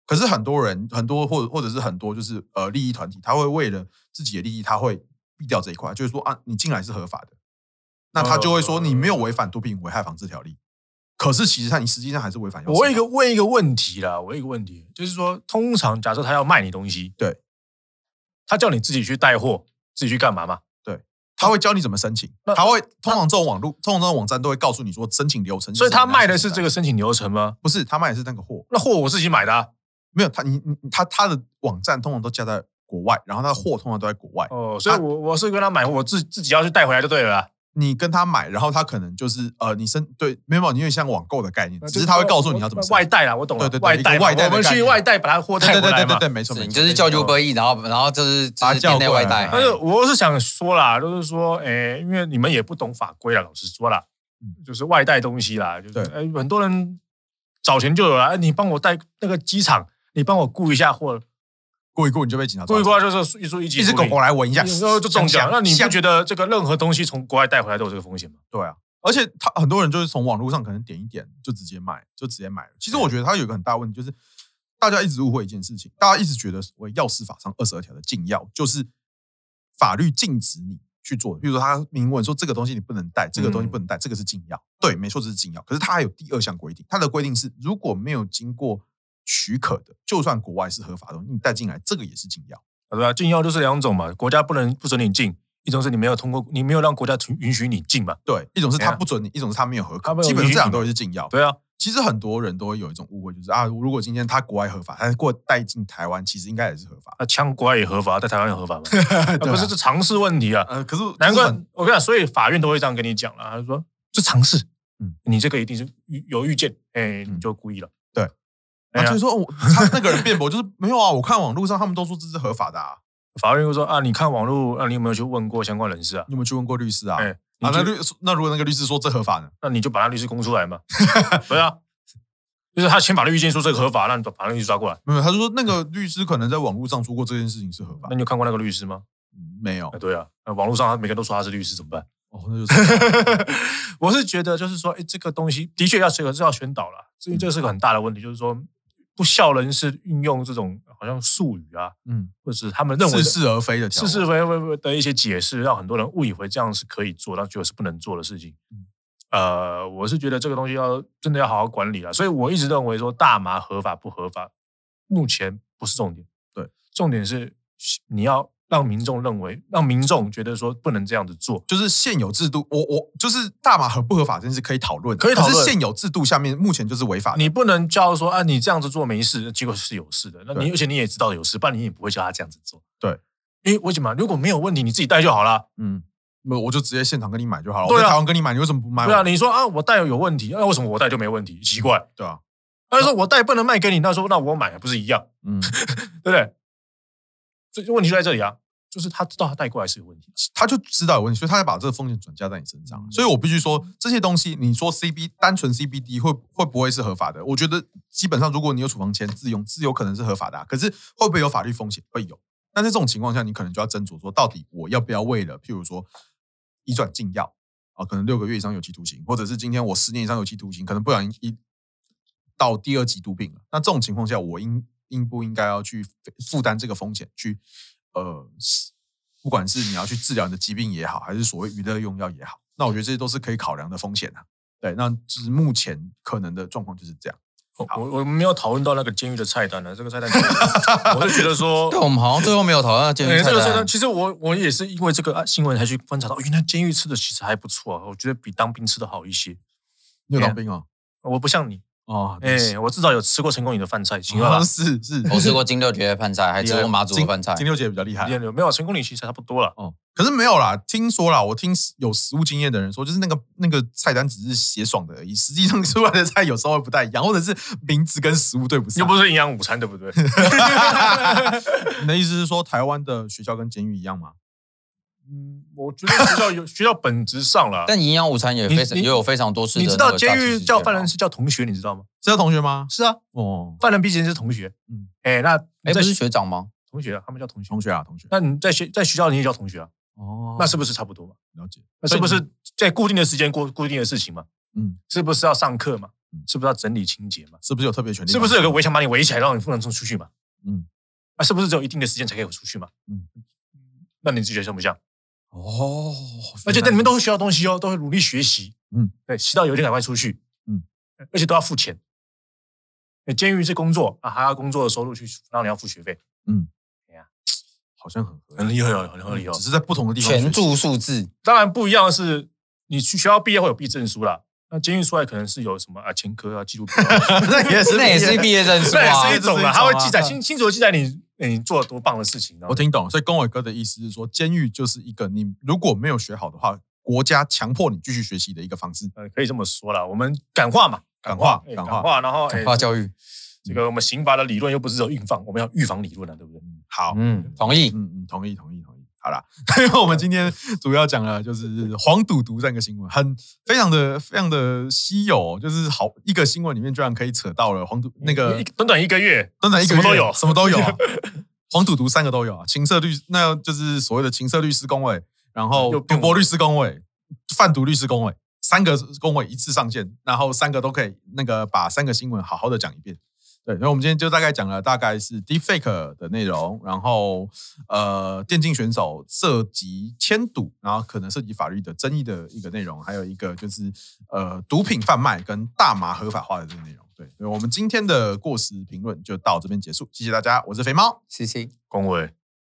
Speaker 1: 可是很多人，很多或者或者是很多就是呃利益团体，他会为了自己的利益，他会避掉这一块，就是说啊，你进来是合法的，那他就会说
Speaker 2: 呃
Speaker 1: 你没有违反毒品危害防治条例。可是其实上你实际上还是违反药师法。
Speaker 2: 我问一个问一个问题啦，我问一个问题，就是说，通常假设他要卖你东西，
Speaker 1: 对，
Speaker 2: 他叫你自己去带货，自己去干嘛嘛？
Speaker 1: 他会教你怎么申请，
Speaker 2: 那
Speaker 1: 他会通常这种网络，通常这种网站都会告诉你说申请流程是什
Speaker 2: 所
Speaker 1: 么
Speaker 2: 以
Speaker 1: 样。
Speaker 2: 他卖的是
Speaker 1: 什么
Speaker 2: 这
Speaker 1: 样
Speaker 2: 个申请流程吗？
Speaker 1: 不是他卖的是那个货，
Speaker 2: 那货我自己买的、啊，
Speaker 1: 没有他你你他他的网站通常都架在国外，然后他的货通常都在国外。
Speaker 2: 哦，所以我我是跟他买，我自自己要去带回来就对了啦。
Speaker 1: 你跟他买，然后他可能就是呃，你申对没有，你有点像网购的概念，
Speaker 2: 那就
Speaker 1: 只是他会告诉你要怎么申
Speaker 2: 外带啦，我懂了，
Speaker 1: 对对对
Speaker 2: 外带
Speaker 1: 一
Speaker 2: 嘛，
Speaker 1: 个外带的
Speaker 2: 我们
Speaker 1: 概
Speaker 2: 去
Speaker 1: 念
Speaker 2: 外带把他货
Speaker 1: 对
Speaker 2: 带
Speaker 1: 对
Speaker 2: 回
Speaker 1: 对
Speaker 2: 来
Speaker 1: 对对
Speaker 2: 嘛。
Speaker 1: 对，没错，
Speaker 3: 是
Speaker 1: 没
Speaker 3: 你
Speaker 1: 错
Speaker 3: 就是叫 Uber E，然后然后这是
Speaker 1: 把他
Speaker 3: 这是
Speaker 1: 叫
Speaker 3: 店内
Speaker 1: 过来
Speaker 3: 外带，
Speaker 2: 但是我是想说啦，就是说，诶，因为你们也不懂法规啦，老实说啦，就是外带东西啦，就是
Speaker 1: 嗯对
Speaker 2: 诶很多人早前就有啦，诶你帮我带那个机场，你帮我雇一下货，
Speaker 1: 过一过你就被警察抓
Speaker 2: 雇一
Speaker 1: 走，
Speaker 2: 过就是一说一
Speaker 1: 一
Speaker 2: 级
Speaker 1: 只狗狗来闻一下，
Speaker 2: 然后就中奖。那你不
Speaker 1: 香
Speaker 2: 觉得这个任何东西从国外带回来都有这个风险吗？
Speaker 1: 对啊，而且他很多人就是从网络上可能点一点就直接买，就直接买了。其实我觉得他有一个很大的问题，就是大家一直误会一件事情，大家一直觉得所谓药师法上二十二条的禁药就是法律禁止你去做的，比如说他明文说这个东西你不能带，这个东西
Speaker 2: 嗯
Speaker 1: 不能带，这个是禁药。对，没错，这是禁药。可是它还有第二项规定，它的规定是如果没有经过许可的，就算国外是合法的东西，你带进来这个也是禁药。
Speaker 2: 啊对啊，禁药就是两种嘛，国家不能不准你进，一种是你没有通过，你没有让国家允允许你进嘛。
Speaker 1: 对，一种是
Speaker 2: 对
Speaker 1: 他
Speaker 2: 啊
Speaker 1: 不准你，一种是他没有合
Speaker 2: 他
Speaker 1: 格
Speaker 2: 没，有
Speaker 1: 基本上
Speaker 2: 允许
Speaker 1: 这两
Speaker 2: 你
Speaker 1: 都是禁药。
Speaker 2: 对啊，
Speaker 1: 其实很多人都会有一种误会，就是啊，如果今天他国外合法，他过带进台湾，其实应该也是合法。
Speaker 2: 那啊枪国外也合法，在台湾也合法嘛？啊
Speaker 1: 对啊
Speaker 2: 不是，这常识问题啊。
Speaker 1: 呃，可是
Speaker 2: 难
Speaker 1: 可
Speaker 2: 怪
Speaker 1: 是很
Speaker 2: 我跟你讲，所以法院都会这样跟你讲了，他说这常识，嗯
Speaker 1: 嗯，
Speaker 2: 你这个一定是预有预见，哎，
Speaker 1: 嗯
Speaker 2: 你就故意了。
Speaker 1: 对
Speaker 2: 哎
Speaker 1: 啊，
Speaker 2: 呀，
Speaker 1: 就是说我他那个人辩驳就是没有啊，我看网络上他们都说这是合法的啊，
Speaker 2: 法院又说啊，你看网络，那你有没有去问过相关人士啊？
Speaker 1: 你有没有去问过律师啊？
Speaker 2: 哎，你
Speaker 1: 啊，
Speaker 2: 就
Speaker 1: 那律那如果那个律师说这合法呢？
Speaker 2: 那你就把他律师供 出来嘛。对啊，就是他签法律意见书这个合法，那你把法律律师抓过来。
Speaker 1: 没有，他就说那个律师可能在网络上说过这件事情是合法
Speaker 2: 嗯那，你有看过那个律师吗？
Speaker 1: 嗯没有
Speaker 2: 啊，对啊，那网络上他每个人都说他是律师，怎么办？
Speaker 1: 哦，那就是
Speaker 2: 我是觉得就是说，哎，这个东西的确要这个是要宣导了，因为这是个很大的问题，就是说不孝人是运用这种好像术语啊，
Speaker 1: 嗯，
Speaker 2: 或者是他们 认为
Speaker 1: 似是
Speaker 2: 的
Speaker 1: 而非的条
Speaker 2: 似
Speaker 1: 文，
Speaker 2: 是非非的一些解释，让很多人误以为这样是可以做，但结果是不能做的事情
Speaker 1: 嗯。
Speaker 2: 呃，我是觉得这个东西要真的要好好管理了。所以我一直认为说大麻合法不合法，目前不是重点。
Speaker 1: 对，
Speaker 2: 重点是你要让民众认为，让民众觉得说不能这样子做。
Speaker 1: 就是现有制度，我我就是大麻合不合法这件事可以讨论，
Speaker 2: 可以讨论
Speaker 1: 可是现有制度下面目前就是违法的。
Speaker 2: 啊你不能叫说啊，你这样子做没事，结果是有事的。那你而且你也知道有事，不然你也不会叫他这样子做。
Speaker 1: 对，
Speaker 2: 因为为什么？如果没有问题，你自己带就好了。
Speaker 1: 嗯，我我就直接现场跟你买就好了。
Speaker 2: 对啊
Speaker 1: 我在台湾跟你买，你为什么不买我？
Speaker 2: 对啊，你说啊，我带有问题，那、为什么我带就没问题？奇怪。
Speaker 1: 对啊，
Speaker 2: 他就说我带不能卖给你，那说那我买不是一样，
Speaker 1: 嗯，
Speaker 2: 对不对？所以问题就在这里啊，就是他知道他带过来是有问题的。
Speaker 1: 他就知道有问题，所以他才把这个风险转嫁在你身上。所以我必须说，这些东西，你说 CB 单纯 CBD 会会不会是合法的？我觉得基本上，如果你有处方签自用，是有可能是合法的啊、可是会不会有法律风险？会有。那在这种情况下，你可能就要斟酌说，到底我要不要为了，譬如说移转禁药啊，可能六个月以上有期徒刑，或者是今天我十年以上有期徒刑，可能不小心一到第二级毒品了。那这种情况下，我应应不应该要去负担这个风险，去呃，不管是你要去治疗你的疾病也好，还是所谓娱乐用药也好，那我觉得这些都是可以考量的风险啊。对，那就是目前可能的状况就是这样。
Speaker 2: 我我我们没有讨论到那个监狱的菜单呢，这个菜单， 我是觉得说，
Speaker 3: 但我们好像最后没有讨论到监
Speaker 2: 哎
Speaker 3: 狱菜
Speaker 2: 这个菜
Speaker 3: 单
Speaker 2: 单，。其实我我也是因为这个啊新闻才去观察到，哦原来监狱吃的其实还不错啊，我觉得比当兵吃的好一些。
Speaker 1: 你有当兵哦？
Speaker 2: 我不像你，
Speaker 1: 哦，
Speaker 2: 哎、我至少有吃过成功营的饭菜，行
Speaker 1: 好
Speaker 2: 吧
Speaker 1: 像？是是，
Speaker 3: 我吃过金六杰的饭菜，还吃过马祖的饭菜
Speaker 1: 金。六姐比较厉害
Speaker 2: 第。二流没有成功营其实差不多了，
Speaker 1: 哦，可是没有啦，听说啦，我听有实务经验的人说，就是那个那个菜单只是写爽的而已，实际上出来的菜有时候会不太一样，或者是名字跟食物对不上。
Speaker 2: 又不是啊营养午餐，对不对？
Speaker 1: 你的意思是说，台湾的学校跟监狱一样吗？
Speaker 2: 嗯，我觉得学校有学校本质上啦，
Speaker 3: 但营养午餐也
Speaker 2: 你
Speaker 3: 非常
Speaker 2: 你
Speaker 3: 也有非常多次的
Speaker 2: 你知
Speaker 3: 那
Speaker 2: 道
Speaker 3: 个
Speaker 2: 监
Speaker 3: 炸鸡
Speaker 2: 狱
Speaker 3: 事件
Speaker 2: 叫犯
Speaker 3: 吗
Speaker 2: 人是叫同学，你知道吗？
Speaker 1: 是他同学吗？
Speaker 2: 是啊，
Speaker 1: 哦，
Speaker 2: 犯人毕竟是同学，
Speaker 1: 嗯
Speaker 2: 嗯，哎、那
Speaker 3: 哎，
Speaker 2: 你在
Speaker 3: 不是
Speaker 2: 学
Speaker 3: 学长吗？
Speaker 2: 同学、啊，他们叫同学
Speaker 1: 同，学啊，同学。
Speaker 2: 那你在学在学校你也叫同学啊，
Speaker 1: 哦
Speaker 2: 那是不是差不多嘛？
Speaker 1: 了解？
Speaker 2: 那是不
Speaker 1: 所以
Speaker 2: 是在固定的时间过固定的事情嘛？
Speaker 1: 嗯
Speaker 2: 嗯，是不是要上课嘛
Speaker 1: 嗯？
Speaker 2: 是不是要整理清洁嘛
Speaker 1: 你？是不是有特别权利？
Speaker 2: 是不是有个围墙把你围起来，让你不能出出去嘛？
Speaker 1: 嗯？
Speaker 2: 啊，是不是只有一定的时间才可以出去嘛？
Speaker 1: 嗯
Speaker 2: 嗯，那你自己觉得像不像？
Speaker 1: 哦，
Speaker 2: 而且在里面都会学到东西哦，都会努力学习，
Speaker 1: 嗯
Speaker 2: 嗯，对，习到有点赶快出去，
Speaker 1: 嗯
Speaker 2: 嗯，而且都要付钱。哎监狱是工作啊，还要工作的收入去，然后你要付学费，
Speaker 1: 好像很合理
Speaker 2: 很厉害哦，很合理哦
Speaker 1: 只。是在不同的地方学习
Speaker 3: 全住数字，
Speaker 2: 当然不一样的是，你去学校毕业会有毕业证书啦，那监狱出来可能是有什么啊前科啊、纪录片啊，
Speaker 1: 那也是
Speaker 3: 那也是毕业证书
Speaker 2: 那
Speaker 3: 啊
Speaker 2: 也是一。种啦，
Speaker 1: 这
Speaker 2: 它
Speaker 1: 是一种啊
Speaker 2: 会记载清清楚地记载你哎你做了多棒的事情。然后
Speaker 1: 我听懂，所以公伟哥的意思是说，监狱就是一个你如果没有学好的话，国家强迫你继续学习的一个方式。
Speaker 2: 呃，可以这么说啦，我们感化嘛，
Speaker 1: 感化
Speaker 2: 哎
Speaker 1: 感
Speaker 2: 感
Speaker 1: 化
Speaker 2: 化，然后哎
Speaker 3: 感化啊教育，
Speaker 2: 这个我们刑罚的理论又不是只有预防，我们要预防理论啊，对不对？
Speaker 1: 好，
Speaker 3: 嗯，同意。
Speaker 1: 嗯嗯，同意同意同意。好啦，因为我们今天主要讲了就是黄赌毒这样一个新闻，很非常的非常的稀有哦，就是好一个新闻里面居然可以扯到了黄赌那个
Speaker 2: 一短短一个月，
Speaker 1: 真的一个
Speaker 2: 什么都
Speaker 1: 月
Speaker 2: 有
Speaker 1: 什么都有、啊。黄赌毒三个都有啊，情色律那就是所谓的情色律师工会，然后
Speaker 2: 又
Speaker 1: 赌博律师工会、贩毒律师工会，三个工会一次上线，然后三个都可以那个把三个新闻好好的讲一遍。对，然后我们今天就大概讲了大概是 deepfake 的内容，然后呃电竞选手涉及牵赌，然后可能涉及法律的争议的一个内容，还有一个就是呃毒品贩卖跟大麻合法化的这个内容。对，所以我们今天的过时评论就到这边结束，谢谢大家，我是肥猫。
Speaker 3: C C。
Speaker 2: 恭维。